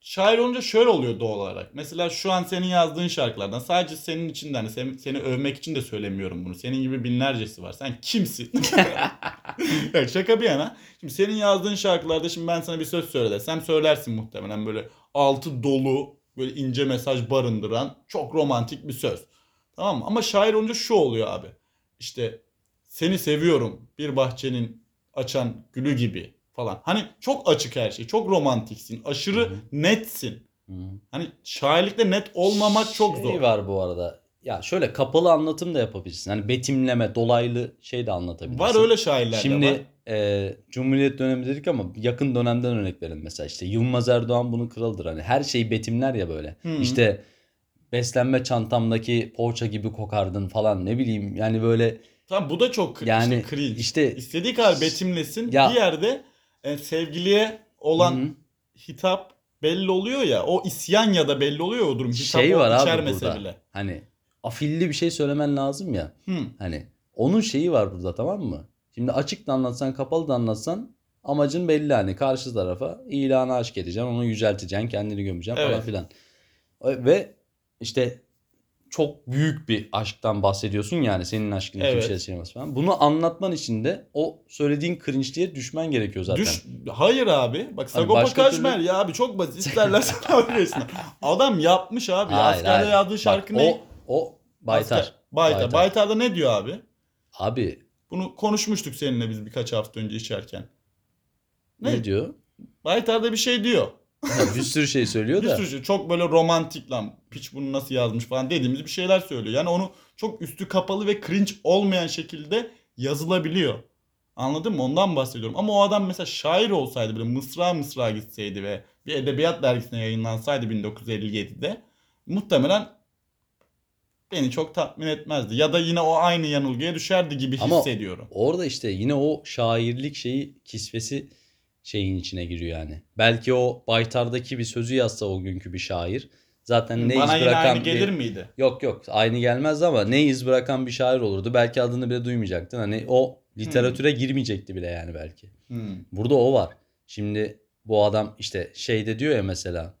Speaker 1: Şair olunca şöyle oluyor doğal olarak. Mesela şu an senin yazdığın şarkılardan sadece senin için de hani sen- seni övmek için de söylemiyorum bunu. Senin gibi binlercesi var. Sen kimsin? Ya şaka bir yana. Şimdi senin yazdığın şarkılarda şimdi ben sana bir söz söyle desem söylersin muhtemelen böyle altı dolu böyle ince mesaj barındıran çok romantik bir söz. Tamam mı? Ama şair olunca şu oluyor abi. İşte seni seviyorum bir bahçenin açan gülü gibi falan. Hani çok açık her şey. Çok romantiksin. Aşırı
Speaker 2: Hı hı.
Speaker 1: netsin.
Speaker 2: hı.
Speaker 1: Hani şairlikte net olmamak çok
Speaker 2: Şey
Speaker 1: zor.
Speaker 2: var bu arada. Ya şöyle kapalı anlatım da yapabilirsin. Hani betimleme, dolaylı şey de anlatabilirsin.
Speaker 1: Var öyle şairler
Speaker 2: Şimdi
Speaker 1: de var.
Speaker 2: e, Cumhuriyet dönemi dedik ama yakın dönemden örnek verelim mesela işte Yılmaz Erdoğan bunun kralıdır hani her şeyi betimler ya böyle.
Speaker 1: Hı hı.
Speaker 2: İşte beslenme çantamdaki poğaça gibi kokardın falan ne bileyim yani böyle
Speaker 1: Tamam bu da çok yani,
Speaker 2: yani
Speaker 1: işte cringe.
Speaker 2: işte
Speaker 1: İstediği kadar betimlesin.
Speaker 2: Ya-
Speaker 1: Bir yerde e, sevgiliye olan
Speaker 2: Hı hı.
Speaker 1: hitap belli oluyor ya. O isyan ya da belli oluyor o durum. Hitap
Speaker 2: şey
Speaker 1: o
Speaker 2: var abi
Speaker 1: içermese
Speaker 2: burada.
Speaker 1: bile.
Speaker 2: Hani afilli bir şey söylemen lazım ya.
Speaker 1: Hı.
Speaker 2: Hani onun şeyi var burada tamam mı? Şimdi açık da anlatsan kapalı da anlatsan amacın belli hani karşı tarafa ilanı aşk edeceksin onu yücelteceksin kendini gömeceksin
Speaker 1: Evet.
Speaker 2: falan filan. E, Ve işte çok büyük bir aşktan bahsediyorsun yani senin aşkını
Speaker 1: Evet.
Speaker 2: kimse yaşayamaz şey falan. Bunu anlatman için de o söylediğin cringe'liğe düşmen gerekiyor zaten. Hani
Speaker 1: Düş, hayır abi. Bak Sagopa
Speaker 2: başka
Speaker 1: Kajmer ya abi çok basit. İsterler sana adresini. Adam yapmış abi.
Speaker 2: Hayır,
Speaker 1: Askerde
Speaker 2: hayır.
Speaker 1: yazdığı
Speaker 2: Bak,
Speaker 1: şarkı ne?
Speaker 2: O, o Baytar.
Speaker 1: Asker- Baytar.
Speaker 2: Baytar.
Speaker 1: Baytar'da ne diyor abi?
Speaker 2: Abi
Speaker 1: Bunu konuşmuştuk seninle biz birkaç hafta önce içerken.
Speaker 2: ne,
Speaker 1: Ne?
Speaker 2: diyor?
Speaker 1: Baytar'da bir şey diyor.
Speaker 2: Ya, bir sürü şey söylüyor
Speaker 1: Bir
Speaker 2: da.
Speaker 1: sürü şey, çok böyle romantik lan piç bunu nasıl yazmış falan dediğimiz bir şeyler söylüyor. Yani onu çok üstü kapalı ve cringe olmayan şekilde yazılabiliyor. Anladın mı? Ondan bahsediyorum. Ama o adam mesela şair olsaydı böyle mısra mısra gitseydi ve bir edebiyat dergisine yayınlansaydı 1957'de muhtemelen beni çok tatmin etmezdi. Ya da yine o aynı yanılgıya düşerdi gibi
Speaker 2: Ama-
Speaker 1: hissediyorum.
Speaker 2: Orada işte yine o şairlik şeyi kisvesi şeyin içine giriyor yani. Belki o Baytar'daki bir sözü yazsa o günkü bir şair. Zaten ne
Speaker 1: Bana
Speaker 2: iz
Speaker 1: yine
Speaker 2: bırakan
Speaker 1: aynı gelir
Speaker 2: bir...
Speaker 1: miydi?
Speaker 2: Yok yok aynı gelmez ama ne iz bırakan bir şair olurdu. Belki adını bile duymayacaktın. Hani o literatüre girmeyecekti bile yani belki.
Speaker 1: Hmm.
Speaker 2: Burada o var. Şimdi bu adam işte şeyde diyor ya mesela.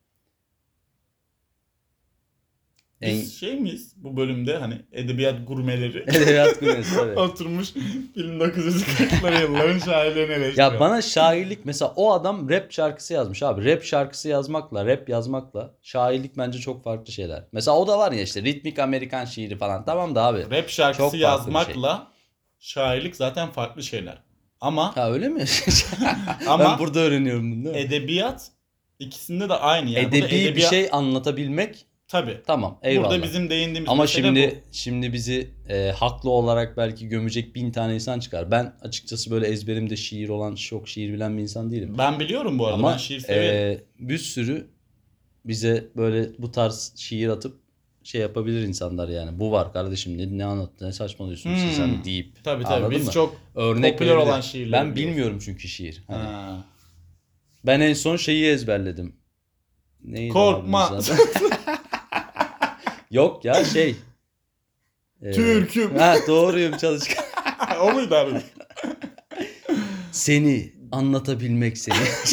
Speaker 2: En...
Speaker 1: Biz şey miyiz bu bölümde hani edebiyat gurmeleri?
Speaker 2: Edebiyat Güneşi, tabii.
Speaker 1: Oturmuş 1940'ları yılların şairlerini eleştiriyor.
Speaker 2: Ya bana şairlik mesela o adam rap şarkısı yazmış abi. Rap şarkısı yazmakla rap yazmakla şairlik bence çok farklı şeyler. Mesela o da var ya işte ritmik Amerikan şiiri falan. Tamam da abi.
Speaker 1: Rap
Speaker 2: Çok şey.
Speaker 1: şarkısı
Speaker 2: farklı bir
Speaker 1: yazmakla şairlik zaten farklı şeyler. Ama
Speaker 2: Ha öyle mi? ben
Speaker 1: ama
Speaker 2: burada öğreniyorum bunu değil mi?
Speaker 1: edebiyat ikisinde de aynı yani. Bu da
Speaker 2: Edebi bir
Speaker 1: edebiyat-
Speaker 2: şey anlatabilmek
Speaker 1: Tabii.
Speaker 2: tamam eyvallah.
Speaker 1: Burada bizim değindiğimiz
Speaker 2: Ama
Speaker 1: mesele bu.
Speaker 2: şimdi şimdi bizi e, haklı olarak belki gömecek bin tane insan çıkar. Ben açıkçası böyle ezberimde şiir olan çok şiir bilen bir insan değilim.
Speaker 1: ben biliyorum bu arada
Speaker 2: Ama
Speaker 1: ben şiir severim.
Speaker 2: e, bir sürü bize böyle bu tarz şiir atıp şey yapabilir insanlar yani. Bu var kardeşim ne, ne anlattın ne saçmalıyorsun
Speaker 1: Hmm.
Speaker 2: sen deyip.
Speaker 1: tabii tabii
Speaker 2: anladın
Speaker 1: biz
Speaker 2: mı?
Speaker 1: çok
Speaker 2: Örnek
Speaker 1: popüler
Speaker 2: verebilir.
Speaker 1: olan şiirleri.
Speaker 2: Ben
Speaker 1: biliyoruz.
Speaker 2: bilmiyorum çünkü şiir. Hani
Speaker 1: Ha.
Speaker 2: Ben en son şeyi ezberledim. Neydi
Speaker 1: Korkma.
Speaker 2: abinin adı? Yok ya şey. Ee,
Speaker 1: Türk'üm.
Speaker 2: Ha doğruyum çalışkan.
Speaker 1: o muydu abi?
Speaker 2: Seni anlatabilmek seni.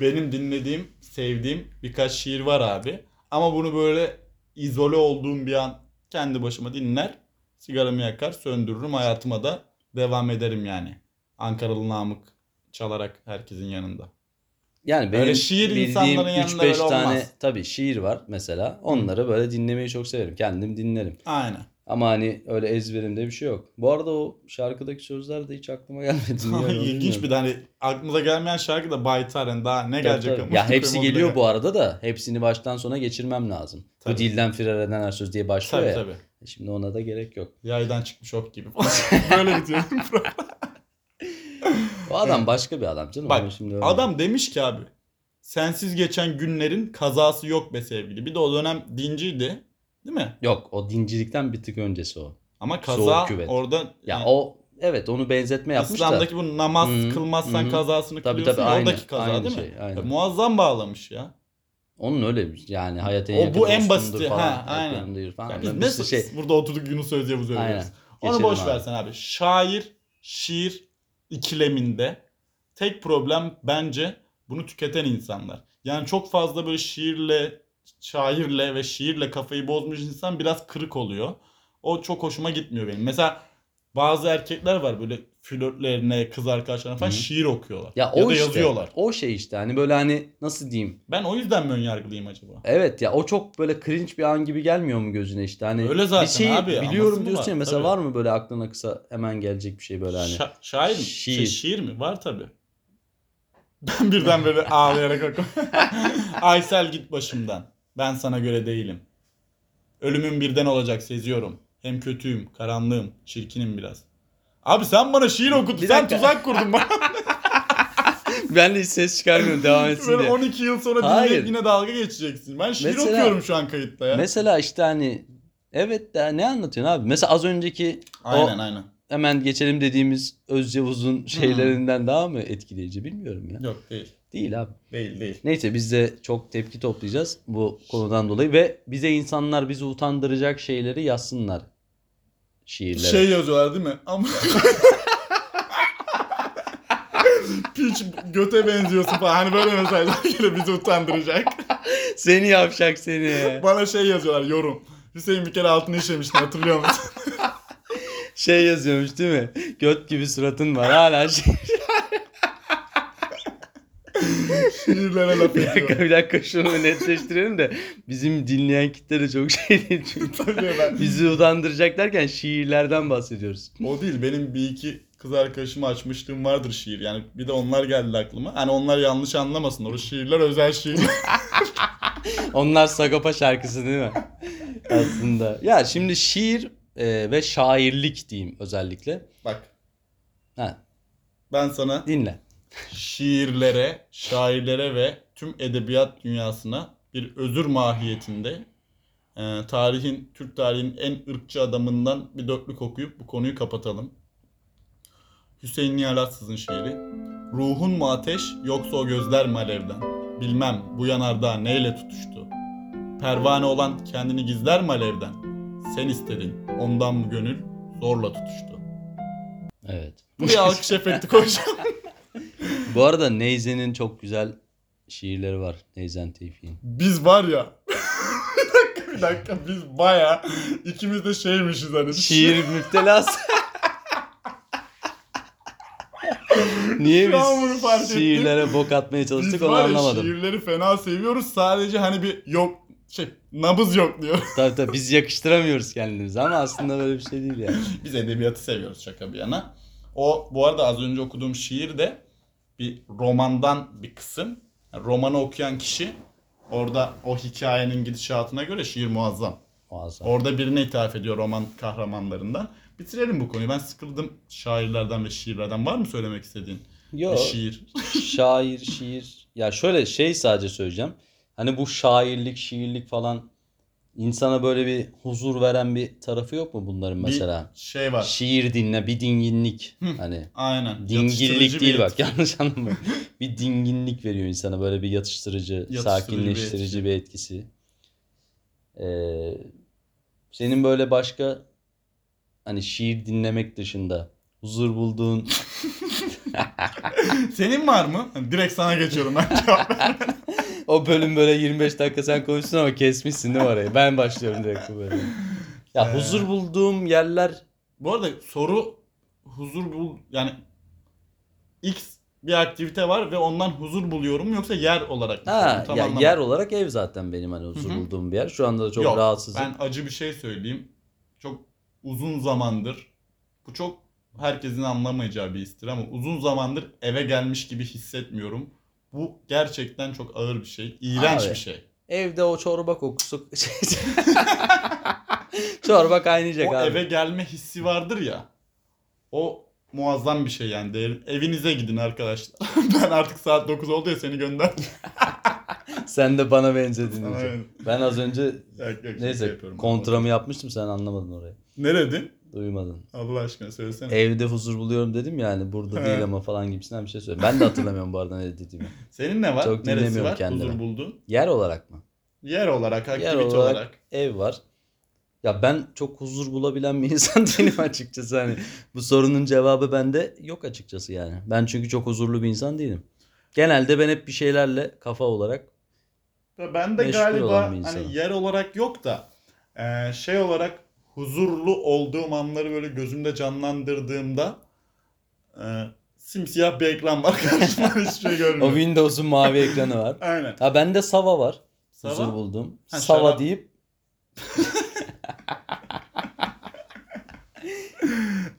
Speaker 1: Benim dinlediğim, sevdiğim birkaç şiir var abi. Ama bunu böyle izole olduğum bir an kendi başıma dinler. Sigaramı yakar, söndürürüm. Hayatıma da devam ederim yani. Ankaralı Namık çalarak herkesin yanında.
Speaker 2: Yani
Speaker 1: Öyle
Speaker 2: benim
Speaker 1: şiir
Speaker 2: bildiğim
Speaker 1: insanların yanında
Speaker 2: 3-5
Speaker 1: böyle
Speaker 2: tane
Speaker 1: olmaz.
Speaker 2: tabii şiir var mesela. Onları böyle dinlemeyi çok severim. Kendim dinlerim.
Speaker 1: Aynen.
Speaker 2: Ama hani öyle ezberimde bir şey yok. Bu arada o şarkıdaki sözler de hiç aklıma gelmedi. Niye öyle
Speaker 1: İlginç
Speaker 2: bilmiyorum.
Speaker 1: bir de hani aklımıza gelmeyen şarkı da Baytaren daha ne
Speaker 2: Tabii,
Speaker 1: gelecek
Speaker 2: tabii.
Speaker 1: ama.
Speaker 2: Ya hepsi
Speaker 1: Koyayım onu
Speaker 2: geliyor
Speaker 1: da-
Speaker 2: bu arada da hepsini baştan sona geçirmem lazım.
Speaker 1: Tabii.
Speaker 2: Bu dilden firar eden her söz diye başlıyor
Speaker 1: Tabii
Speaker 2: ya. E
Speaker 1: tabii.
Speaker 2: Şimdi ona da gerek yok.
Speaker 1: Yaydan çıkmış ok gibi falan. Böyle bitiyor.
Speaker 2: O adam başka bir adam canım.
Speaker 1: Bak,
Speaker 2: Onu şimdi öyle-
Speaker 1: Adam demiş ki abi sensiz geçen günlerin kazası yok be sevgili. Bir de o dönem dinciydi. Değil mi?
Speaker 2: Yok o dincilikten bir tık öncesi o.
Speaker 1: Ama
Speaker 2: Soğuk
Speaker 1: kaza
Speaker 2: küvet.
Speaker 1: orada
Speaker 2: Ya
Speaker 1: yani
Speaker 2: o evet onu benzetme yapmış da.
Speaker 1: İslam'daki bu namaz
Speaker 2: Hı hı,
Speaker 1: kılmazsan
Speaker 2: hı hı.
Speaker 1: kazasını
Speaker 2: Tabii
Speaker 1: kılıyorsun
Speaker 2: tabii
Speaker 1: ya,
Speaker 2: aynı.
Speaker 1: oradaki kaza
Speaker 2: aynı
Speaker 1: değil
Speaker 2: şey,
Speaker 1: mi?
Speaker 2: Aynı.
Speaker 1: Ya, muazzam bağlamış ya.
Speaker 2: Onun öyle bir şey. yani hayat en
Speaker 1: O,
Speaker 2: yakın
Speaker 1: bu en
Speaker 2: dostumdur
Speaker 1: basiti,
Speaker 2: Falan,
Speaker 1: ha,
Speaker 2: hep
Speaker 1: aynen.
Speaker 2: yanımdadır Falan.
Speaker 1: Ya biz
Speaker 2: Ben bir
Speaker 1: nasıl
Speaker 2: şey
Speaker 1: burada oturduk Yunus Özyeğuz'u
Speaker 2: aynen.
Speaker 1: övüyoruz. Onu
Speaker 2: Geçelim
Speaker 1: boş
Speaker 2: abi.
Speaker 1: versen abi. Şair, şiir ikileminde tek problem bence bunu tüketen insanlar. Yani çok fazla böyle şiirle, şairle ve şiirle kafayı bozmuş insan biraz kırık oluyor. O çok hoşuma gitmiyor benim. Mesela bazı erkekler var böyle flörtlerine, kız arkadaşlarına falan
Speaker 2: Hı hı.
Speaker 1: şiir okuyorlar.
Speaker 2: Ya,
Speaker 1: Ya,
Speaker 2: o
Speaker 1: da
Speaker 2: işte,
Speaker 1: yazıyorlar.
Speaker 2: O şey işte hani böyle hani nasıl diyeyim.
Speaker 1: Ben o yüzden mi önyargılıyım acaba?
Speaker 2: Evet ya o çok böyle cringe bir an gibi gelmiyor mu gözüne işte hani.
Speaker 1: Öyle zaten
Speaker 2: bir şeyi
Speaker 1: abi, aması
Speaker 2: Biliyorum
Speaker 1: mı
Speaker 2: diyorsun ya
Speaker 1: var?
Speaker 2: mesela
Speaker 1: Tabii.
Speaker 2: var mı böyle aklına kısa hemen gelecek bir şey böyle hani.
Speaker 1: Şa- şair mi?
Speaker 2: Şiir.
Speaker 1: Şiir. Şey, şiir mi? Var tabi. Ben birden böyle ağlayarak okuyorum. Aysel git başımdan. Ben sana göre değilim. Ölümün birden olacak seziyorum. Hem kötüyüm, karanlığım, çirkinim biraz. Abi sen bana şiir okuttun.
Speaker 2: Bir
Speaker 1: Sen
Speaker 2: dakika.
Speaker 1: tuzak kurdun bana.
Speaker 2: ben de hiç ses çıkarmıyorum devam etsin
Speaker 1: Böyle
Speaker 2: diye.
Speaker 1: 12 yıl sonra
Speaker 2: Hayır.
Speaker 1: dinleyip yine dalga geçeceksin. Ben şiir
Speaker 2: Mesela-
Speaker 1: okuyorum şu an kayıtta ya.
Speaker 2: Mesela işte hani evet de ne anlatıyorsun abi? Mesela az önceki
Speaker 1: aynen aynen.
Speaker 2: hemen geçelim dediğimiz
Speaker 1: Hmm.
Speaker 2: Özcavuz'un şeylerinden daha mı etkileyici bilmiyorum ya.
Speaker 1: Yok değil.
Speaker 2: Değil abi.
Speaker 1: Değil değil.
Speaker 2: Neyse biz de çok tepki toplayacağız bu konudan dolayı ve bize insanlar bizi utandıracak şeyleri yazsınlar şiirlere.
Speaker 1: Şey yazıyorlar değil mi? Ama... Piç göte benziyorsun falan. Hani böyle mesajlar geliyor bizi utandıracak.
Speaker 2: Seni yavşak seni.
Speaker 1: Bana şey yazıyorlar yorum. Hüseyin bir kere altını işemiştin hatırlıyor musun?
Speaker 2: şey yazıyormuş değil mi? Göt gibi suratın var hala şey.
Speaker 1: Şiirlere laf
Speaker 2: Bir dakika
Speaker 1: ediyor.
Speaker 2: bir dakika şunu netleştirelim de bizim dinleyen kitle de çok şey değil çünkü.
Speaker 1: Tabii ben.
Speaker 2: Bizi utandıracak derken şiirlerden bahsediyoruz.
Speaker 1: O değil benim bir iki kız arkadaşımı açmışlığım vardır şiir. Yani bir de onlar geldi aklıma. Hani onlar yanlış anlamasın. O şiirler özel şiirler.
Speaker 2: Onlar Sagopa şarkısı değil mi? Aslında. Ya şimdi şiir e, ve şairlik diyeyim özellikle.
Speaker 1: Bak
Speaker 2: Ha,
Speaker 1: ben sana
Speaker 2: dinle.
Speaker 1: şiirlere, şairlere ve tüm edebiyat dünyasına bir özür mahiyetinde e, tarihin, Türk tarihinin en ırkçı adamından bir dörtlük okuyup bu konuyu kapatalım. Hüseyin Nihal Atsız'ın şiiri. Ruhun mu ateş yoksa o gözler mi alevden? Bilmem bu yanardağ neyle tutuştu? Pervane olan kendini gizler mi alevden? Sen istedin ondan mı gönül zorla tutuştu?
Speaker 2: Evet.
Speaker 1: Buraya alkış efekti koyacağım.
Speaker 2: Bu arada Neyzen'in çok güzel şiirleri var. Neyzen Tevfik'in.
Speaker 1: Biz var ya. bir dakika bir dakika biz baya ikimiz de şeymişiz hani.
Speaker 2: Şiir müptelası. Niye
Speaker 1: Şu an bunu
Speaker 2: biz
Speaker 1: fark ettim.
Speaker 2: şiirlere bok atmaya
Speaker 1: Biz
Speaker 2: çalıştık onu
Speaker 1: var ya
Speaker 2: anlamadım.
Speaker 1: şiirleri fena seviyoruz sadece hani bir yok şey nabız yok diyor.
Speaker 2: Tabii tabii biz yakıştıramıyoruz kendimizi ama aslında böyle bir şey değil yani.
Speaker 1: biz edebiyatı seviyoruz şaka bir yana. O bu arada az önce okuduğum şiir de bir romandan bir kısım. Yani romanı okuyan kişi orada o hikayenin gidişatına göre şiir muazzam.
Speaker 2: Muazzam.
Speaker 1: Orada birine ithaf ediyor roman kahramanlarından. Bitirelim bu konuyu. Ben sıkıldım şairlerden ve şiirlerden. Var mı söylemek istediğin bir
Speaker 2: Yo,
Speaker 1: şiir?
Speaker 2: şair, şiir. Ya şöyle şey sadece söyleyeceğim. Hani bu şairlik, şiirlik falan insana böyle bir huzur veren bir tarafı yok mu bunların mesela?
Speaker 1: Bir şey var.
Speaker 2: Şiir dinle, bir dinginlik.
Speaker 1: Hı.
Speaker 2: Hani
Speaker 1: Aynen. Yatıştırıcı
Speaker 2: dingillik
Speaker 1: bir
Speaker 2: değil
Speaker 1: etki.
Speaker 2: bak yanlış anlamayın. bir dinginlik veriyor insana böyle bir yatıştırıcı,
Speaker 1: Yatıştırıcı
Speaker 2: sakinleştirici bir, etkisi. Ee, senin böyle başka hani şiir dinlemek dışında huzur bulduğun
Speaker 1: Senin var mı? Hani Direkt sana geçiyorum ben cevap ver.
Speaker 2: O bölüm böyle 25 dakika sen konuştun ama kesmişsin değil mi orayı? Ben başlıyorum direkt bu bölüme. Ya
Speaker 1: Ee.
Speaker 2: huzur bulduğum yerler
Speaker 1: Bu arada soru huzur bul yani X bir aktivite var ve ondan huzur buluyorum yoksa yer olarak mı?
Speaker 2: ha
Speaker 1: Tam
Speaker 2: ya
Speaker 1: anlamadım.
Speaker 2: yer olarak ev zaten benim hani huzur
Speaker 1: Hı hı.
Speaker 2: bulduğum bir yer. Şu anda da çok
Speaker 1: Yok,
Speaker 2: rahatsızım.
Speaker 1: Ben acı bir şey söyleyeyim. Çok uzun zamandır bu çok herkesin anlamayacağı bir istir ama uzun zamandır eve gelmiş gibi hissetmiyorum. Bu gerçekten çok ağır bir şey. iğrenç
Speaker 2: Abi.
Speaker 1: bir şey.
Speaker 2: Evde o çorba kokusu şey- çorba kaynayacak
Speaker 1: o
Speaker 2: abi.
Speaker 1: eve gelme hissi vardır ya. O muazzam bir şey yani. Değer- Evinize gidin arkadaşlar. ben artık saat 9 oldu ya seni gönder.
Speaker 2: Sen de bana benzedin.
Speaker 1: Sana-
Speaker 2: diyeceğim. Ben az önce
Speaker 1: Yok, yok, şaka
Speaker 2: neyse
Speaker 1: şey yapıyorum.
Speaker 2: kontramı yapmıştım sen anlamadın orayı.
Speaker 1: Ne dedin?
Speaker 2: Duymadın.
Speaker 1: Allah aşkına söylesene.
Speaker 2: Evde huzur buluyorum dedim yani burada
Speaker 1: He.
Speaker 2: değil ama falan gibisinden bir şey söyledim. Ben de hatırlamıyorum bu arada ne dediğimi.
Speaker 1: Senin ne var?
Speaker 2: Çok
Speaker 1: Neresi
Speaker 2: dinlemiyorum
Speaker 1: var?
Speaker 2: kendimi.
Speaker 1: Huzur buldun.
Speaker 2: Yer olarak mı?
Speaker 1: Yer olarak, aktivite
Speaker 2: olarak-
Speaker 1: olarak.
Speaker 2: ev var. Ya ben çok huzur bulabilen bir insan değilim açıkçası hani. Bu sorunun cevabı bende yok açıkçası yani. Ben çünkü çok huzurlu bir insan değilim. Genelde ben hep bir şeylerle kafa olarak
Speaker 1: Ya Ben de
Speaker 2: Meşgul
Speaker 1: galiba
Speaker 2: olan bir insanım.
Speaker 1: hani yer olarak yok da e, şey olarak huzurlu olduğum anları böyle gözümde canlandırdığımda e, simsiyah bir ekran var karşımda hiçbir şey
Speaker 2: o
Speaker 1: görmüyorum.
Speaker 2: Windows'un mavi ekranı var.
Speaker 1: Aynen.
Speaker 2: Ha bende Sava var. Huzur
Speaker 1: Sabah
Speaker 2: buldum.
Speaker 1: Ha,
Speaker 2: Sava
Speaker 1: şarap.
Speaker 2: deyip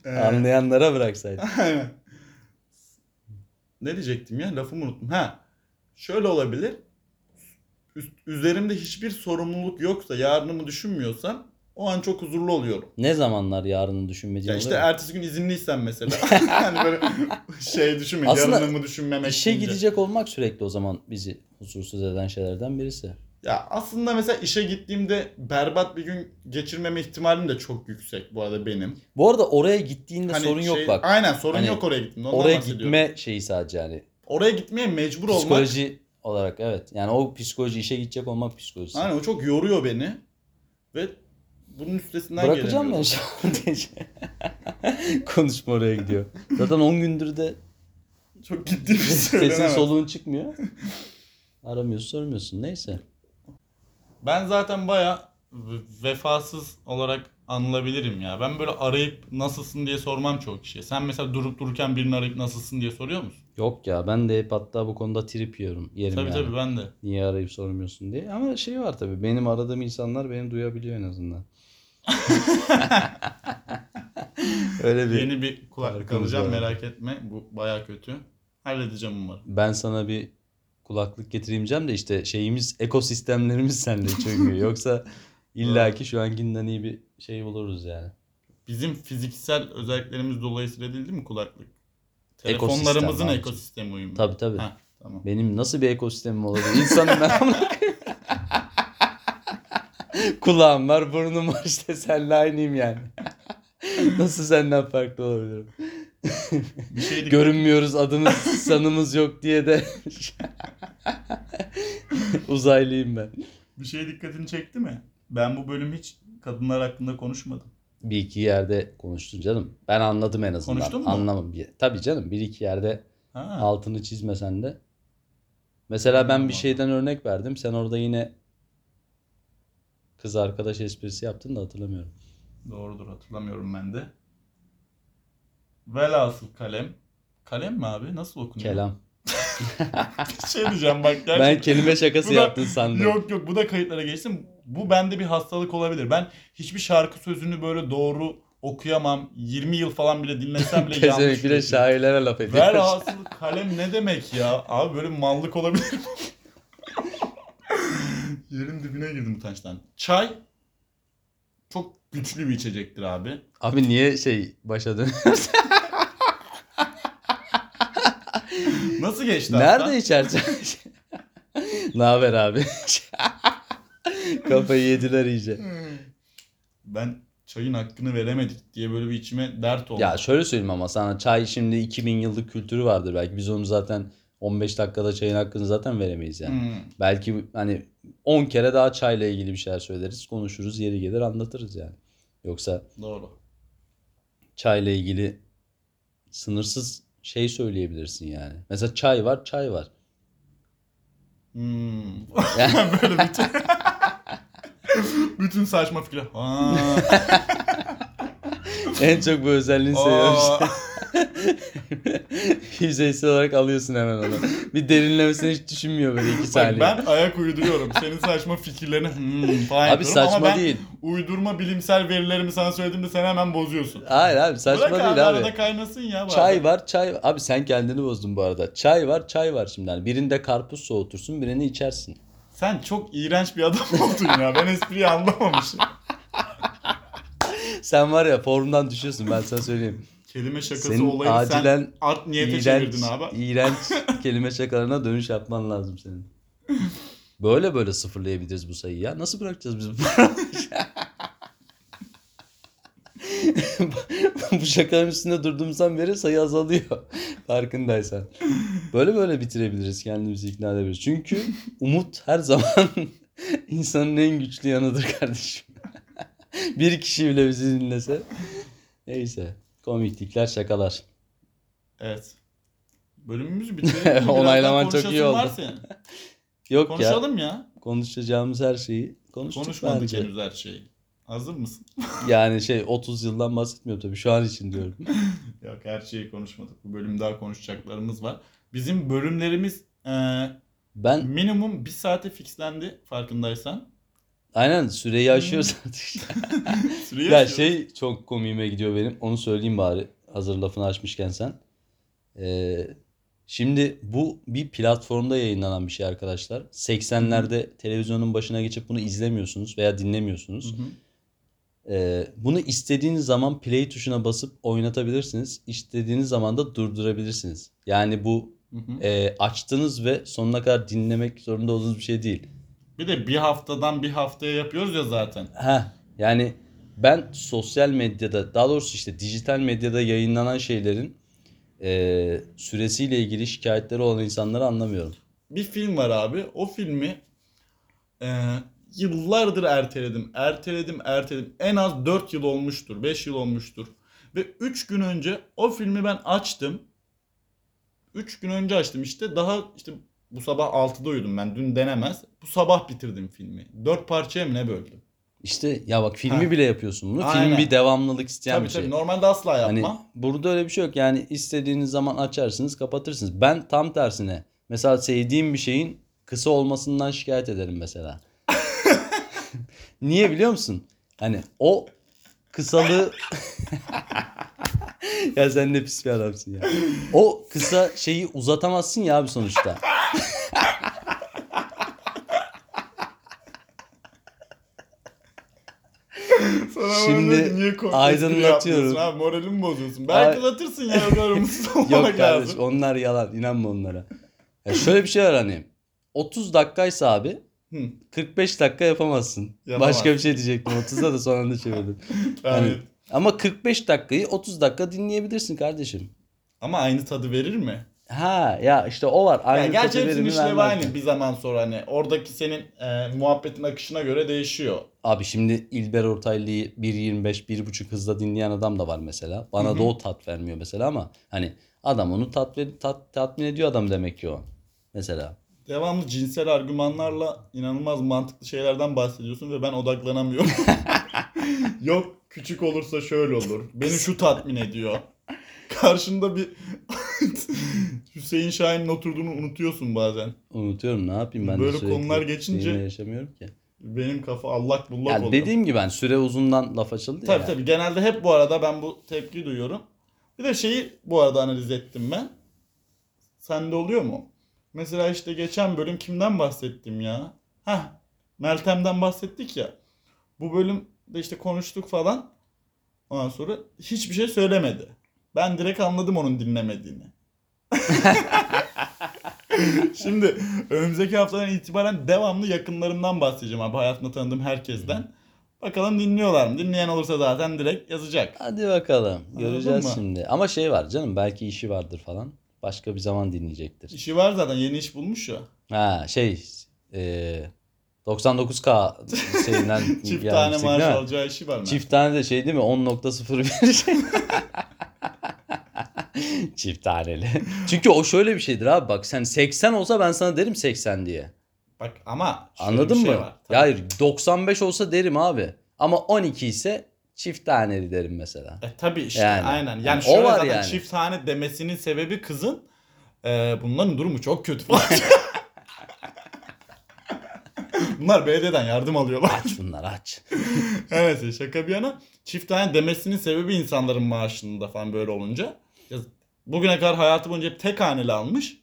Speaker 1: e,
Speaker 2: anlayanlara bıraksaydım.
Speaker 1: Aynen. Ne diyecektim ya? Lafımı unuttum. Ha. Şöyle olabilir. Üst- üzerimde hiçbir sorumluluk yoksa, yarınımı düşünmüyorsam o an çok huzurlu oluyorum.
Speaker 2: Ne zamanlar yarını
Speaker 1: Ya
Speaker 2: düşünmediğim
Speaker 1: işte
Speaker 2: oluyor.
Speaker 1: ertesi gün izinliysen mesela. yani böyle şey düşünme,
Speaker 2: Aslında
Speaker 1: yarınımı düşünmemek.
Speaker 2: İşe
Speaker 1: deyince.
Speaker 2: gidecek olmak sürekli o zaman bizi huzursuz eden şeylerden birisi.
Speaker 1: Ya aslında mesela işe gittiğimde berbat bir gün geçirmeme ihtimalim de çok yüksek bu arada benim.
Speaker 2: Bu arada oraya gittiğinde
Speaker 1: Hani
Speaker 2: sorun yok
Speaker 1: şey-
Speaker 2: bak.
Speaker 1: Aynen sorun
Speaker 2: Hani
Speaker 1: yok oraya gittiğimde. Ondan
Speaker 2: Oraya
Speaker 1: bahsediyorum.
Speaker 2: gitme şeyi sadece hani
Speaker 1: Oraya gitmeye mecbur olmak.
Speaker 2: Psikoloji olarak evet. Yani o psikoloji işe gidecek olmak psikolojisi.
Speaker 1: Aynen o çok yoruyor beni. Ve bunun üstesinden
Speaker 2: Bırakacağım ben
Speaker 1: gelemiyorum.
Speaker 2: şu an diyeceğim. Konuşma oraya gidiyor. Zaten 10 gündür de
Speaker 1: Çok ciddi bir
Speaker 2: sesin
Speaker 1: söylenemez.
Speaker 2: soluğun çıkmıyor. Aramıyorsun sormuyorsun neyse.
Speaker 1: Ben zaten baya v- vefasız olarak anılabilirim ya. Ben böyle arayıp nasılsın diye sormam çok kişiye. Sen mesela durup dururken birini arayıp nasılsın diye soruyor musun?
Speaker 2: Yok ya ben de hep hatta bu konuda trip yiyorum. Yerim
Speaker 1: Tabii
Speaker 2: yani.
Speaker 1: tabii ben de.
Speaker 2: Niye arayıp sormuyorsun diye. Ama şey var tabii benim aradığım insanlar beni duyabiliyor en azından. Öyle bir.
Speaker 1: Yeni bir kulaklık
Speaker 2: Arkamızda
Speaker 1: alacağım
Speaker 2: var.
Speaker 1: merak etme. Bu baya kötü. Halledeceğim umarım.
Speaker 2: Ben sana bir kulaklık getireyim diyeceğim de işte şeyimiz ekosistemlerimiz sende çünkü. Yoksa illaki şu ankinden iyi bir şey buluruz yani.
Speaker 1: Bizim fiziksel özelliklerimiz dolayısıyla değil değil mi kulaklık?
Speaker 2: Ekosistem
Speaker 1: Telefonlarımızın
Speaker 2: abicim.
Speaker 1: ekosistemi uyumu.
Speaker 2: Tabii tabii.
Speaker 1: Ha, tamam.
Speaker 2: Benim nasıl bir ekosistemim olabilir? İnsanım ben ama. Kulağım var, burnum var işte senle aynıyım yani. nasıl senden farklı olabilirim?
Speaker 1: Bir şey dikkat-
Speaker 2: Görünmüyoruz, adımız, sanımız yok diye de uzaylıyım ben.
Speaker 1: Bir şey dikkatini çekti mi? Ben bu bölüm hiç kadınlar hakkında konuşmadım.
Speaker 2: bir iki yerde konuştun canım. Ben anladım en azından.
Speaker 1: Konuştun mu?
Speaker 2: Anlamam. Bir- Tabii canım bir iki yerde
Speaker 1: Ha.
Speaker 2: altını çizmesen de. Mesela ben
Speaker 1: Anladım,
Speaker 2: bir şeyden örnek verdim. Sen orada yine kız arkadaş esprisi yaptın da hatırlamıyorum.
Speaker 1: Doğrudur hatırlamıyorum ben de. Velhasıl kalem. Kalem mi abi? Nasıl okunuyor?
Speaker 2: Kelam.
Speaker 1: Bir şey diyeceğim bak gerçekten.
Speaker 2: Ben kelime şakası
Speaker 1: Bu da-
Speaker 2: yaptın sandım.
Speaker 1: Yok yok bu da kayıtlara geçsin. Bu bende bir hastalık olabilir. Ben hiçbir şarkı sözünü böyle doğru okuyamam. 20 yıl falan bile dinlesem bile yanlış.
Speaker 2: Kesinlikle
Speaker 1: bir şey.
Speaker 2: şairlere laf
Speaker 1: Ver
Speaker 2: ediyor.
Speaker 1: ağzını kalem ne demek ya? Abi böyle mallık olabilir mi? Yerin dibine girdim utançtan. Çay çok güçlü bir içecektir abi.
Speaker 2: Abi niye şey başladın?
Speaker 1: Nasıl geçti haftan?
Speaker 2: Nerede içersin? ne haber abi? Kafayı yediler iyice.
Speaker 1: Hmm. Ben çayın hakkını veremedik diye böyle bir içime dert oldu.
Speaker 2: Ya şöyle söyleyeyim ama sana çay şimdi 2000 yıllık kültürü vardır belki. Biz onu zaten 15 dakikada çayın hakkını zaten veremeyiz yani.
Speaker 1: Hmm.
Speaker 2: Belki hani 10 kere daha çayla ilgili bir şeyler söyleriz, konuşuruz, yeri gelir anlatırız yani. Yoksa
Speaker 1: Doğru.
Speaker 2: çayla ilgili sınırsız şey söyleyebilirsin yani. Mesela çay var, çay var.
Speaker 1: Hmm. böyle bütün... bütün saçma fikir. Ha.
Speaker 2: en çok bu özelliğini seviyorum.
Speaker 1: Aa.
Speaker 2: Yüzeysel olarak alıyorsun hemen onu. Bir derinlemesine hiç düşünmüyor böyle iki
Speaker 1: Bak
Speaker 2: saniye.
Speaker 1: ben ayak uyduruyorum. Senin saçma fikirlerini hmm falan
Speaker 2: Abi
Speaker 1: yapıyorum ama
Speaker 2: saçma
Speaker 1: ben
Speaker 2: değil.
Speaker 1: uydurma bilimsel verilerimi sana söylediğimde sen hemen bozuyorsun.
Speaker 2: Hayır abi saçma
Speaker 1: Bırak
Speaker 2: değil abi.
Speaker 1: arada kaynasın ya. bu
Speaker 2: Çay
Speaker 1: arada.
Speaker 2: var çay abi sen kendini bozdun bu arada. Çay var çay var şimdi hani birinde karpuz soğutursun birini içersin.
Speaker 1: Sen çok iğrenç bir adam oldun ya. Ben espriyi anlamamışım.
Speaker 2: Sen var ya formdan düşüyorsun ben sana söyleyeyim.
Speaker 1: Kelime şakası
Speaker 2: Senin
Speaker 1: olayını sen
Speaker 2: acilen
Speaker 1: art niyete
Speaker 2: iğrenç,
Speaker 1: çevirdin abi.
Speaker 2: iğrenç kelime şakalarına dönüş yapman lazım senin. Böyle böyle sıfırlayabiliriz bu sayıyı ya. Nasıl bırakacağız biz bu bu şakanın üstünde durduğumuzdan beri sayı azalıyor. Farkındaysan. Böyle böyle bitirebiliriz. Kendimizi ikna edebiliriz. Çünkü umut her zaman insanın en güçlü yanıdır kardeşim. Bir kişi bile bizi dinlese. Neyse. Komiklikler, şakalar.
Speaker 1: Evet. Bölümümüzü bitirelim. mi? Birazdan
Speaker 2: Onaylaman çok iyi
Speaker 1: konuşasın
Speaker 2: oldu.
Speaker 1: varsa yani.
Speaker 2: Yok ya.
Speaker 1: Konuşalım ya.
Speaker 2: konuşacağımız her şeyi konuştuk
Speaker 1: Konuşmadık
Speaker 2: bence.
Speaker 1: henüz her şeyi. Hazır mısın?
Speaker 2: Yani şey 30 yıldan bahsetmiyorum tabii şu an için diyorum.
Speaker 1: Yok her şeyi konuşmadık. Bu bölüm daha konuşacaklarımız var. Bizim bölümlerimiz e,
Speaker 2: Ben
Speaker 1: minimum bir saate fixlendi farkındaysan.
Speaker 2: aynen süreyi aşıyoruz artık.
Speaker 1: Süreyi
Speaker 2: ya
Speaker 1: aşıyoruz.
Speaker 2: şey çok komiğime gidiyor benim. Onu söyleyeyim bari. Hazır lafını açmışken sen. Ee, şimdi bu bir platformda yayınlanan bir şey arkadaşlar. 80'lerde televizyonun başına geçip bunu izlemiyorsunuz veya dinlemiyorsunuz.
Speaker 1: Hı hı.
Speaker 2: Ee, bunu istediğiniz zaman play tuşuna basıp oynatabilirsiniz. İstediğiniz zaman da durdurabilirsiniz. Yani bu
Speaker 1: Hı hı.
Speaker 2: e, açtınız ve sonuna kadar dinlemek zorunda olduğunuz bir şey değil.
Speaker 1: Bir de bir haftadan bir haftaya yapıyoruz ya zaten.
Speaker 2: Ha yani ben sosyal medyada daha doğrusu işte dijital medyada yayınlanan şeylerin e, süresiyle ilgili şikayetleri olan insanları anlamıyorum.
Speaker 1: Bir film var abi. O filmi e, yıllardır erteledim. Erteledim, erteledim. En az 4 yıl olmuştur. 5 yıl olmuştur. Ve 3 gün önce o filmi ben açtım. 3 gün önce açtım işte. Daha işte bu sabah 6'da uyudum ben. Dün denemez. Bu sabah bitirdim filmi. 4 parçaya mı ne böldüm?
Speaker 2: İşte ya bak filmi
Speaker 1: Ha.
Speaker 2: bile yapıyorsun bunu.
Speaker 1: Aynen.
Speaker 2: Film bir devamlılık isteyen
Speaker 1: tabii
Speaker 2: bir şey.
Speaker 1: tabii. Normalde asla
Speaker 2: Hani
Speaker 1: yapmam.
Speaker 2: burada öyle bir şey yok. Yani istediğiniz zaman açarsınız, kapatırsınız. Ben tam tersine mesela sevdiğim bir şeyin kısa olmasından şikayet ederim mesela. Niye biliyor musun? Hani o kısalığı ya sen ne pis bir adamsın ya. O kısa şeyi uzatamazsın ya abi sonuçta.
Speaker 1: Sana
Speaker 2: Şimdi
Speaker 1: böyle niye korku espri
Speaker 2: aydınlatıyorum.
Speaker 1: yapmıyorsun Abi, moralimi bozuyorsun.
Speaker 2: Ay-
Speaker 1: Belki atırsın ya. o kadar mutsuz olmamak
Speaker 2: Yok kardeş
Speaker 1: lazım.
Speaker 2: onlar yalan inanma onlara. Ya şöyle bir şey var hani 30 dakikaysa abi
Speaker 1: Hı.
Speaker 2: 45 dakika yapamazsın.
Speaker 1: Yapamaz.
Speaker 2: Başka bir şey diyecektim 30'da da son anda çevirdim.
Speaker 1: Yani-
Speaker 2: Yani- Ama 45 dakikayı 30 dakika dinleyebilirsin kardeşim.
Speaker 1: Ama aynı tadı verir mi?
Speaker 2: Ha ya işte o var. Aynı
Speaker 1: yani gerçi
Speaker 2: tadı
Speaker 1: hepsinin
Speaker 2: verimi
Speaker 1: işlevi
Speaker 2: vermez.
Speaker 1: aynı bir zaman sonra hani. Oradaki senin e, muhabbetin akışına göre değişiyor.
Speaker 2: Abi şimdi İlber Ortaylı'yı 1.25 1.5 hızla dinleyen adam da var mesela. Bana
Speaker 1: Hı hı.
Speaker 2: da o tat vermiyor mesela ama hani adam onu tatmin, tat, tatmin ediyor adam demek ki o. Mesela.
Speaker 1: Devamlı cinsel argümanlarla inanılmaz mantıklı şeylerden bahsediyorsun ve ben odaklanamıyorum. Yok küçük olursa şöyle olur. Beni şu tatmin ediyor. Karşında bir Hüseyin Şahin'in oturduğunu unutuyorsun bazen.
Speaker 2: Unutuyorum ne yapayım ben de
Speaker 1: Böyle
Speaker 2: sürekli
Speaker 1: konular geçince-
Speaker 2: benimle yaşamıyorum ki.
Speaker 1: Benim kafa allak bullak
Speaker 2: Yani
Speaker 1: oldu.
Speaker 2: dediğim gibi ben süre uzundan laf açıldı
Speaker 1: Tabii
Speaker 2: ya.
Speaker 1: tabii. Genelde hep bu arada ben bu tepki duyuyorum. Bir de şeyi bu arada analiz ettim ben. Sende oluyor mu? Mesela işte geçen bölüm kimden bahsettim ya? Hah. Meltem'den bahsettik ya. Bu bölümde işte konuştuk falan. Ondan sonra hiçbir şey söylemedi. Ben direkt anladım onun dinlemediğini. Şimdi önümüzdeki haftadan itibaren devamlı yakınlarımdan bahsedeceğim abi. Hayatımda tanıdığım herkesten. Bakalım dinliyorlar mı? Dinleyen olursa zaten direkt yazacak.
Speaker 2: Hadi bakalım. Göreceğiz
Speaker 1: mı?
Speaker 2: şimdi. Ama şey var canım belki işi vardır falan. Başka bir zaman dinleyecektir.
Speaker 1: İşi var zaten yeni iş bulmuş ya.
Speaker 2: Ha şey e, 99K şeyinden
Speaker 1: Çift tane
Speaker 2: gelmiştik,
Speaker 1: maaş
Speaker 2: değil mi?
Speaker 1: alacağı işi var mı?
Speaker 2: Çift tane de şey değil mi? 10.01 şey. Çift taneli. Çünkü o şöyle bir şeydir abi bak sen 80 olsa ben sana derim 80 diye.
Speaker 1: Bak ama şöyle
Speaker 2: Anladın
Speaker 1: bir şey
Speaker 2: mı?
Speaker 1: var. Tabii.
Speaker 2: Ya hayır 95 olsa derim abi. Ama 12 ise çift taneli derim mesela.
Speaker 1: E, tabii işte
Speaker 2: Yani.
Speaker 1: aynen. Yani,
Speaker 2: Yani o
Speaker 1: şöyle
Speaker 2: var
Speaker 1: zaten
Speaker 2: yani.
Speaker 1: çift tane demesinin sebebi kızın e, bunların durumu çok kötü falan. Bunlar belediyeden yardım alıyorlar.
Speaker 2: Aç bunlar aç.
Speaker 1: evet şaka bir yana. Çift tane demesinin sebebi insanların maaşında falan böyle olunca. Ya, bugüne kadar hayatı boyunca hep tek haneli almış.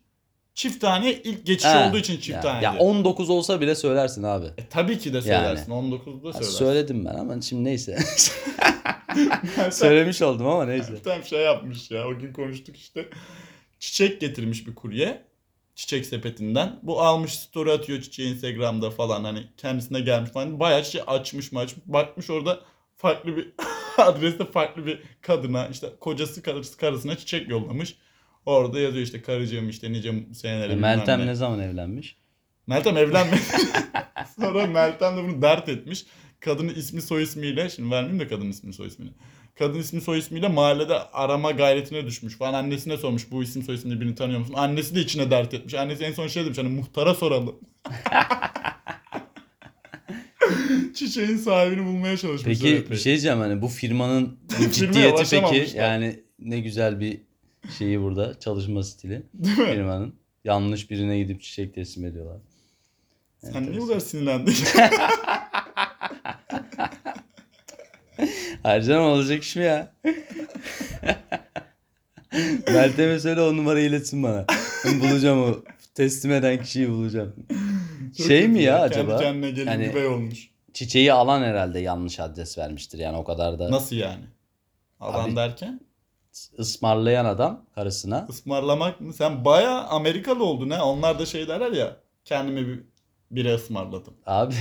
Speaker 1: Çift tane ilk geçiş
Speaker 2: Ha,
Speaker 1: olduğu için çift
Speaker 2: ya,
Speaker 1: tane.
Speaker 2: ya 19 olsa bile söylersin abi.
Speaker 1: E, tabii ki de söylersin. 19'da
Speaker 2: Ha,
Speaker 1: söylersin.
Speaker 2: söyledim ben ama şimdi neyse. Söylemiş oldum ama neyse.
Speaker 1: Tam şey yapmış ya. O gün konuştuk işte. Çiçek getirmiş bir kurye. Çiçek sepetinden. Bu almış story atıyor çiçeği Instagram'da falan. Hani kendisine gelmiş falan. Bayağı şey açmış mı açmış. Bakmış orada farklı bir adreste farklı bir kadına işte kocası karısı karısına çiçek yollamış. Orada yazıyor işte karıcığım işte nice seneler.
Speaker 2: E, Meltem ne zaman evlenmiş?
Speaker 1: Meltem evlenmedi. Sonra Meltem de bunu dert etmiş. Kadının ismi soy ismiyle, şimdi vermeyeyim de kadının ismi soy ismini. Kadın ismi soy ismiyle mahallede arama gayretine düşmüş falan. Annesine sormuş bu isim soy isimli birini tanıyor musun? Annesi de içine dert etmiş. Annesi en son şey demiş hani muhtara soralım. Çiçeğin sahibini bulmaya çalışmış.
Speaker 2: Peki
Speaker 1: Serhat
Speaker 2: bir
Speaker 1: Bey.
Speaker 2: şey diyeceğim hani bu firmanın
Speaker 1: Firmaya
Speaker 2: ciddiyeti peki
Speaker 1: ulaşamamışlar.
Speaker 2: yani ne güzel bir şeyi burada çalışma stili
Speaker 1: Değil mi?
Speaker 2: firmanın. Yanlış birine gidip çiçek teslim ediyorlar.
Speaker 1: Sen niye bu kadar sinirlendin?
Speaker 2: Ercan olacak iş mi ya? Meltem'e söyle o numarayı iletsin bana. Ben bulacağım o teslim eden kişiyi bulacağım.
Speaker 1: Çok
Speaker 2: şey
Speaker 1: kötü
Speaker 2: mi ya
Speaker 1: Kendi
Speaker 2: acaba? Hani
Speaker 1: kendine gelin
Speaker 2: Yani-
Speaker 1: güvey olmuş.
Speaker 2: Çiçeği alan herhalde yanlış adres vermiştir yani o kadar da
Speaker 1: Nasıl yani? Alan
Speaker 2: Abi-
Speaker 1: derken?
Speaker 2: ısmarlayan adam karısına.
Speaker 1: Ismarlamak mı? Sen bayağı Amerikalı oldun ha. Onlar da şey derler ya. Kendimi bir bire ısmarladım.
Speaker 2: Abi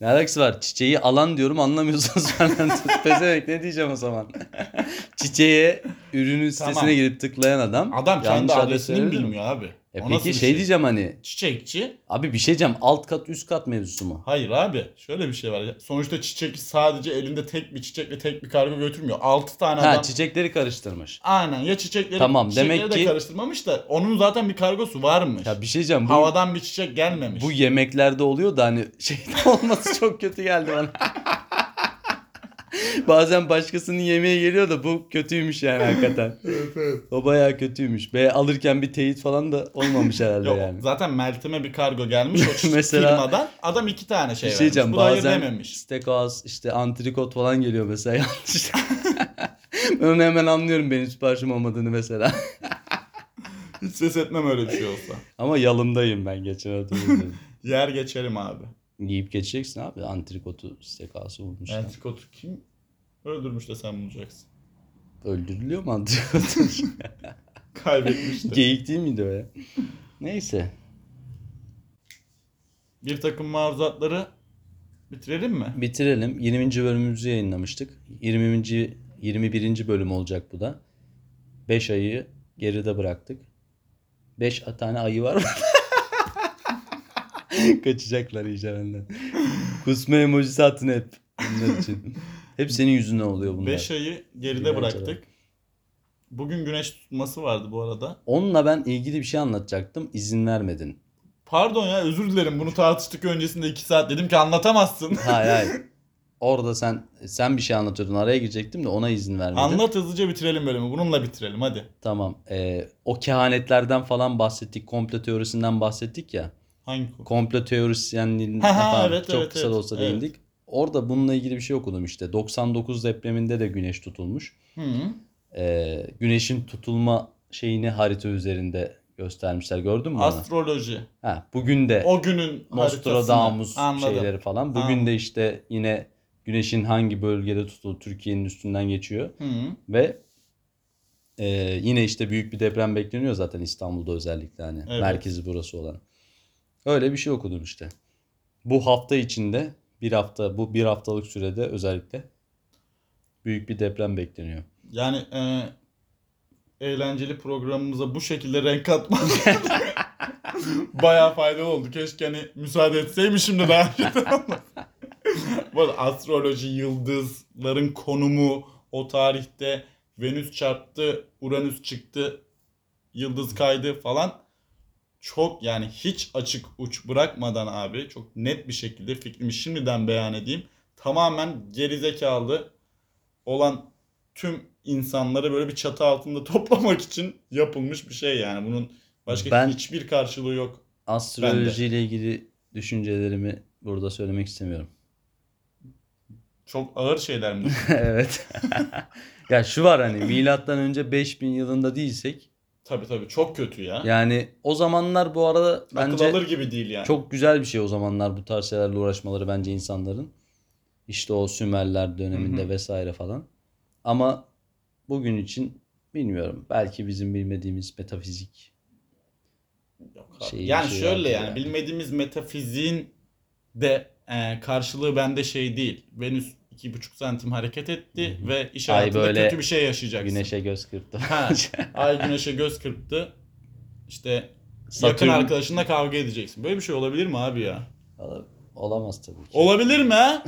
Speaker 2: ne alakası var? Çiçeği alan diyorum anlamıyorsunuz benden. Pezevenk ne diyeceğim o zaman? Çiçeğe ürünün sitesine
Speaker 1: Tamam.
Speaker 2: girip tıklayan adam.
Speaker 1: Adam kendi
Speaker 2: yanlış adres
Speaker 1: adresini
Speaker 2: verebilir mi?
Speaker 1: bilmiyor abi.
Speaker 2: E
Speaker 1: O nasıl bir
Speaker 2: peki şey, diyeceğim hani.
Speaker 1: Çiçekçi.
Speaker 2: Abi bir şey diyeceğim. Alt kat üst kat mevzusu mu?
Speaker 1: Hayır abi. Şöyle bir şey var. ya. Sonuçta çiçek sadece elinde tek bir çiçekle tek bir kargo götürmüyor. 6 tane
Speaker 2: Ha
Speaker 1: adam.
Speaker 2: çiçekleri karıştırmış.
Speaker 1: Aynen ya çiçekleri,
Speaker 2: Tamam,
Speaker 1: çiçekleri
Speaker 2: demek
Speaker 1: de
Speaker 2: ki-
Speaker 1: karıştırmamış da onun zaten bir kargosu varmış.
Speaker 2: Ya bir şey diyeceğim. Bu,
Speaker 1: Havadan bir çiçek gelmemiş.
Speaker 2: bu yemeklerde oluyor da hani şeyde olması çok kötü geldi bana. Bazen başkasının yemeği geliyor da bu kötüymüş yani hakikaten.
Speaker 1: Evet, evet.
Speaker 2: O bayağı kötüymüş. Be alırken bir teyit falan da olmamış herhalde
Speaker 1: Yok,
Speaker 2: yani.
Speaker 1: Zaten Meltem'e bir kargo gelmiş o çiçek
Speaker 2: Mesela-
Speaker 1: firmadan. Adam iki tane şey,
Speaker 2: bir
Speaker 1: vermiş.
Speaker 2: şey diyeceğim
Speaker 1: Bu da hayır
Speaker 2: bazen
Speaker 1: dememiş.
Speaker 2: steakhouse işte antrikot falan geliyor mesela yanlış. ben onu hemen anlıyorum benim siparişim olmadığını mesela.
Speaker 1: Hiç ses etmem öyle bir şey olsa.
Speaker 2: Ama yalındayım ben geçen hatırlıyorum.
Speaker 1: Yer geçerim abi.
Speaker 2: Yiyip geçeceksin abi antrikotu steakhouse'u bulmuşlar.
Speaker 1: Antikot kim öldürmüş de sen bulacaksın.
Speaker 2: Öldürülüyor mu antrikot?
Speaker 1: Kaybetmiş de.
Speaker 2: Geyik değil miydi o ya? Neyse.
Speaker 1: bir takım maruzatları bitirelim mi?
Speaker 2: Bitirelim. 20. bölümümüzü yayınlamıştık. 20. 21. bölüm olacak bu da. 5 ayı geride bıraktık. 5 tane ayı var mı? Kaçacaklar iyice benden. Kusma emojisi atın hep. Bunlar için. Hep senin yüzünden oluyor bunlar.
Speaker 1: 5 ayı geride
Speaker 2: Güneş
Speaker 1: bıraktık.
Speaker 2: olarak.
Speaker 1: Bugün güneş tutması vardı bu arada.
Speaker 2: Onunla ben ilgili bir şey anlatacaktım. İzin vermedin.
Speaker 1: Pardon ya özür dilerim bunu tartıştık öncesinde 2 saat dedim ki anlatamazsın.
Speaker 2: Hayır hayır. Orada sen sen bir şey anlatıyordun. Araya girecektim de ona izin vermedin.
Speaker 1: Anlat hızlıca bitirelim bölümü. Bununla bitirelim hadi.
Speaker 2: Tamam. Ee, o kehanetlerden falan bahsettik. Komplo teorisinden bahsettik ya.
Speaker 1: Hangi konu?
Speaker 2: komplo teorisyenliğinden
Speaker 1: Ha, ha,
Speaker 2: falan
Speaker 1: evet,
Speaker 2: çok
Speaker 1: evet,
Speaker 2: kısa da
Speaker 1: evet,
Speaker 2: olsa
Speaker 1: evet.
Speaker 2: değindik. Orada bununla ilgili bir şey okudum işte. 99 depreminde de güneş tutulmuş.
Speaker 1: Hı.
Speaker 2: Ee, güneşin tutulma şeyini harita üzerinde göstermişler. Gördün mü onu?
Speaker 1: Astroloji.
Speaker 2: Ha, bugün de
Speaker 1: O günün
Speaker 2: Nostradamus
Speaker 1: haritasını. Anladım.
Speaker 2: şeyleri falan. Bugün
Speaker 1: Anladım.
Speaker 2: de işte yine güneşin hangi bölgede tutulduğu Türkiye'nin üstünden geçiyor.
Speaker 1: Hı.
Speaker 2: Ve e, yine işte büyük bir deprem bekleniyor zaten İstanbul'da özellikle hani
Speaker 1: Evet.
Speaker 2: merkezi burası olan. Öyle bir şey okudum işte. Bu hafta içinde bir hafta bu bir haftalık sürede özellikle büyük bir deprem bekleniyor.
Speaker 1: Yani e, eğlenceli programımıza bu şekilde renk katmak bayağı faydalı oldu. Keşke hani müsaade etseymişim de daha önceden ama. Bu arada astroloji, yıldızların konumu, o tarihte Venüs çarptı, Uranüs çıktı, yıldız kaydı falan. Çok yani hiç açık uç bırakmadan abi çok net bir şekilde fikrimi şimdiden beyan edeyim. Tamamen gerizekalı olan tüm insanları böyle bir çatı altında toplamak için yapılmış bir şey yani. Bunun başka
Speaker 2: Ben-
Speaker 1: hiçbir karşılığı yok.
Speaker 2: Astroloji ile ilgili düşüncelerimi burada söylemek istemiyorum.
Speaker 1: Çok ağır şeyler mi?
Speaker 2: evet. ya şu var hani milattan önce 5000 yılında değilsek
Speaker 1: tabii tabii çok kötü ya.
Speaker 2: yani o zamanlar bu arada bence
Speaker 1: Akıl alır gibi değil yani.
Speaker 2: Çok güzel bir şey o zamanlar bu tarz şeylerle uğraşmaları bence insanların. İşte o Sümerler döneminde
Speaker 1: Hı hı.
Speaker 2: vesaire falan. Ama bugün için bilmiyorum. Belki bizim bilmediğimiz metafizik.
Speaker 1: Yok abi.
Speaker 2: şey-
Speaker 1: yani
Speaker 2: şey
Speaker 1: şöyle
Speaker 2: vardır
Speaker 1: yani,
Speaker 2: yani.
Speaker 1: bilmediğimiz metafiziğin de e, karşılığı bende şey değil. Venüs 2,5 santim hareket etti
Speaker 2: Hı hı.
Speaker 1: ve iş
Speaker 2: Ay
Speaker 1: hayatında
Speaker 2: böyle
Speaker 1: kötü bir şey yaşayacaksın.
Speaker 2: Güneşe göz kırptı.
Speaker 1: Ha, ay güneşe göz kırptı. İşte
Speaker 2: Satürn-
Speaker 1: yakın arkadaşınla kavga edeceksin. Böyle bir şey olabilir mi abi ya?
Speaker 2: Olamaz tabii ki.
Speaker 1: Olabilir mi ha?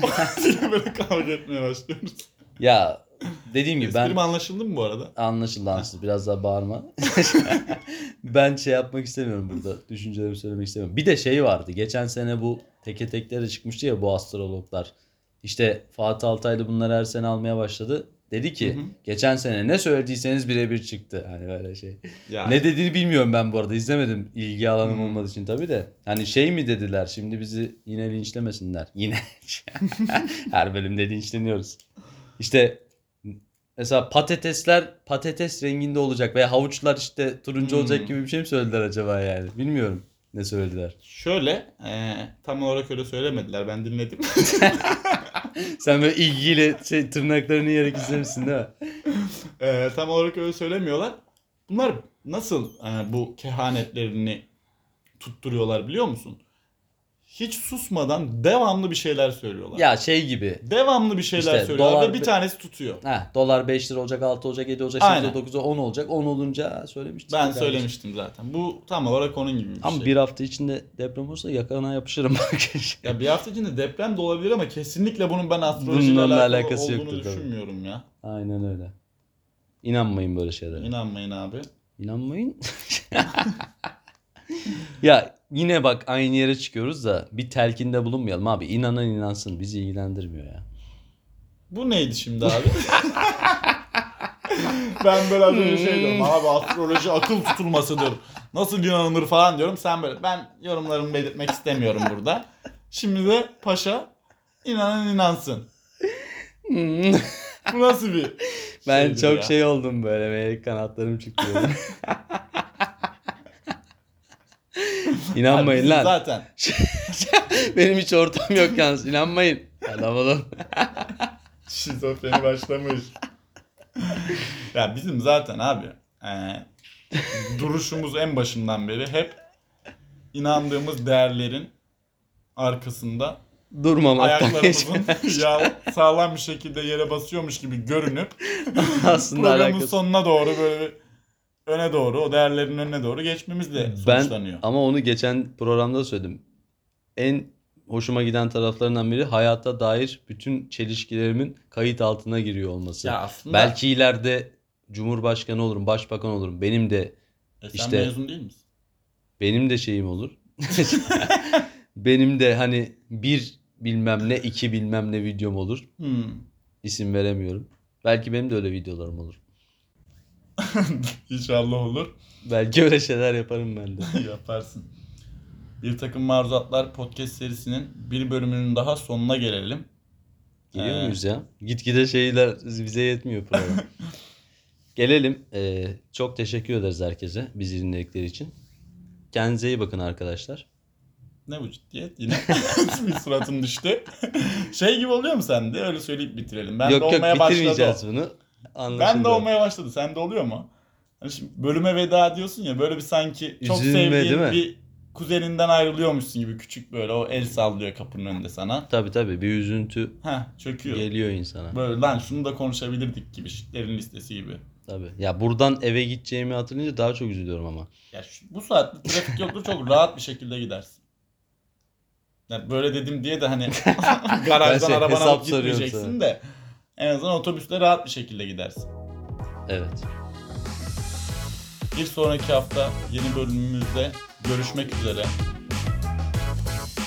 Speaker 1: Yine böyle kavga etmeye başlıyoruz.
Speaker 2: ya dediğim gibi ben
Speaker 1: Esprim anlaşıldı mı bu arada?
Speaker 2: Anlaşıldı anlaşıldı. Biraz daha bağırma. ben şey yapmak istemiyorum burada. Düşüncelerimi söylemek istemiyorum. Bir de şey vardı. Geçen sene bu teke teklere çıkmıştı ya bu astrologlar. İşte Fatih Altaylı bunları her sene almaya başladı. Dedi ki
Speaker 1: Hı hı.
Speaker 2: geçen sene ne söylediyseniz birebir çıktı. Hani böyle şey.
Speaker 1: Ya.
Speaker 2: Ne dediğini bilmiyorum ben bu arada. İzlemedim. İlgi alanım
Speaker 1: Hı.
Speaker 2: olmadığı için tabii de. Hani şey mi dediler şimdi bizi yine linçlemesinler. Yine. Her bölümde linçleniyoruz. İşte mesela patatesler patates renginde olacak veya havuçlar işte turuncu
Speaker 1: Hmm.
Speaker 2: olacak gibi bir şey mi söylediler acaba yani? Bilmiyorum ne söylediler.
Speaker 1: Şöyle e, tam olarak öyle söylemediler. Ben dinledim.
Speaker 2: Sen böyle ilgiyle şey, tırnaklarını yiyerek izlemişsin değil mi?
Speaker 1: Ee, tam olarak öyle söylemiyorlar. Bunlar nasıl e, bu kehanetlerini tutturuyorlar biliyor musun? Hiç susmadan devamlı bir şeyler söylüyorlar.
Speaker 2: Ya şey gibi.
Speaker 1: Devamlı bir şeyler
Speaker 2: İşte
Speaker 1: söylüyorlar
Speaker 2: dolar
Speaker 1: ve bir
Speaker 2: be-
Speaker 1: tanesi tutuyor.
Speaker 2: Heh, dolar 5 lira olacak, 6 olacak, 7 olacak,
Speaker 1: Aynen.
Speaker 2: 8 olacak, 9 10 olacak. 10 olunca söylemiştik.
Speaker 1: Ben
Speaker 2: Herhalde.
Speaker 1: söylemiştim zaten. Bu tam olarak onun gibi bir
Speaker 2: Ama
Speaker 1: şey.
Speaker 2: bir hafta içinde deprem olursa yakana yapışırım bak.
Speaker 1: Ya bir hafta içinde deprem de olabilir ama kesinlikle bunun ben astrolojiyle
Speaker 2: Bununla
Speaker 1: alakalı
Speaker 2: alakası
Speaker 1: olduğunu
Speaker 2: yoktur tabii.
Speaker 1: düşünmüyorum ya.
Speaker 2: Aynen öyle. İnanmayın böyle şeylere.
Speaker 1: İnanmayın abi.
Speaker 2: İnanmayın. ya yine bak aynı yere çıkıyoruz da bir telkinde bulunmayalım abi. İnanan inansın bizi ilgilendirmiyor ya.
Speaker 1: Bu neydi şimdi abi? ben böyle az önce şey
Speaker 2: Hmm.
Speaker 1: diyorum abi astroloji akıl tutulmasıdır. Nasıl inanılır falan diyorum. Sen böyle ben yorumlarımı belirtmek istemiyorum burada. Şimdi de paşa inanan inansın. Bu nasıl bir
Speaker 2: ben
Speaker 1: şeydir
Speaker 2: çok
Speaker 1: ya?
Speaker 2: şey oldum böyle. Benim kanatlarım çıktı. benim.
Speaker 1: Abi
Speaker 2: İnanmayın
Speaker 1: bizim
Speaker 2: lan.
Speaker 1: Zaten.
Speaker 2: Benim hiç ortam yok yalnız. İnanmayın. Adam oğlum.
Speaker 1: Şizofreni başlamış. ya bizim zaten abi e, duruşumuz en başından beri hep inandığımız değerlerin arkasında
Speaker 2: Durmamaktan geç.
Speaker 1: ayaklarımızın ya sağlam bir şekilde yere basıyormuş gibi görünüp
Speaker 2: Aslında
Speaker 1: programın
Speaker 2: alakası.
Speaker 1: sonuna doğru böyle bir öne doğru o değerlerin önüne doğru geçmemizle sonuçlanıyor.
Speaker 2: Ben ama onu geçen programda söyledim. En hoşuma giden taraflarından biri hayata dair bütün çelişkilerimin kayıt altına giriyor olması.
Speaker 1: ya aslında
Speaker 2: Belki ileride cumhurbaşkanı olurum, başbakan olurum. Benim de
Speaker 1: E sen
Speaker 2: işte-
Speaker 1: mezun değil misin?
Speaker 2: benim de şeyim olur. benim de hani bir bilmem ne, iki bilmem ne videom olur.
Speaker 1: Hmm.
Speaker 2: İsim veremiyorum. Belki benim de öyle videolarım olur.
Speaker 1: İnşallah olur.
Speaker 2: Belki öyle şeyler yaparım ben de.
Speaker 1: Yaparsın. Bir takım maruzatlar podcast serisinin bir bölümünün daha sonuna gelelim.
Speaker 2: Geliyor
Speaker 1: Ee,
Speaker 2: muyuz ya? Gitgide şeyler bize yetmiyor program. Gelelim. Ee, çok teşekkür ederiz herkese bizi dinledikleri için. Kendinize iyi bakın arkadaşlar.
Speaker 1: Ne bu ciddiyet yine bir suratım düştü. şey gibi oluyor mu sende? Öyle söyleyip bitirelim. Ben de
Speaker 2: yok yok
Speaker 1: olmaya başladı. o.
Speaker 2: bitirmeyeceğiz bunu. Anlaşıldı.
Speaker 1: Ben de olmaya başladı. Sen de oluyor mu? Hani şimdi bölüme veda diyorsun ya böyle bir sanki çok
Speaker 2: Üzülme, değil
Speaker 1: sevdiğin
Speaker 2: mi?
Speaker 1: bir kuzeninden ayrılıyormuşsun gibi küçük böyle o el sallıyor kapının önünde sana.
Speaker 2: Tabii tabii bir üzüntü
Speaker 1: Heh çöküyor.
Speaker 2: geliyor insana.
Speaker 1: Böyle lan şunu da konuşabilirdik gibi şitlerin listesi gibi.
Speaker 2: Tabii. Ya buradan eve gideceğimi hatırlayınca daha çok üzülüyorum ama.
Speaker 1: Ya şu- bu saatte trafik yoktur çok rahat bir şekilde gidersin. Ya böyle dedim diye de hani
Speaker 2: Ben
Speaker 1: garajdan
Speaker 2: şey,
Speaker 1: arabana
Speaker 2: hesap
Speaker 1: alıp
Speaker 2: soruyorum
Speaker 1: gitmeyeceksin
Speaker 2: sana.
Speaker 1: de en azından otobüste rahat bir şekilde gidersin.
Speaker 2: Evet.
Speaker 1: Bir sonraki hafta yeni bölümümüzde görüşmek üzere.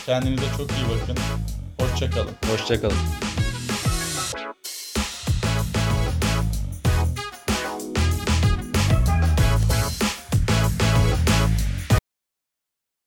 Speaker 1: Kendinize çok iyi bakın. Hoşçakalın.
Speaker 2: Hoşçakalın.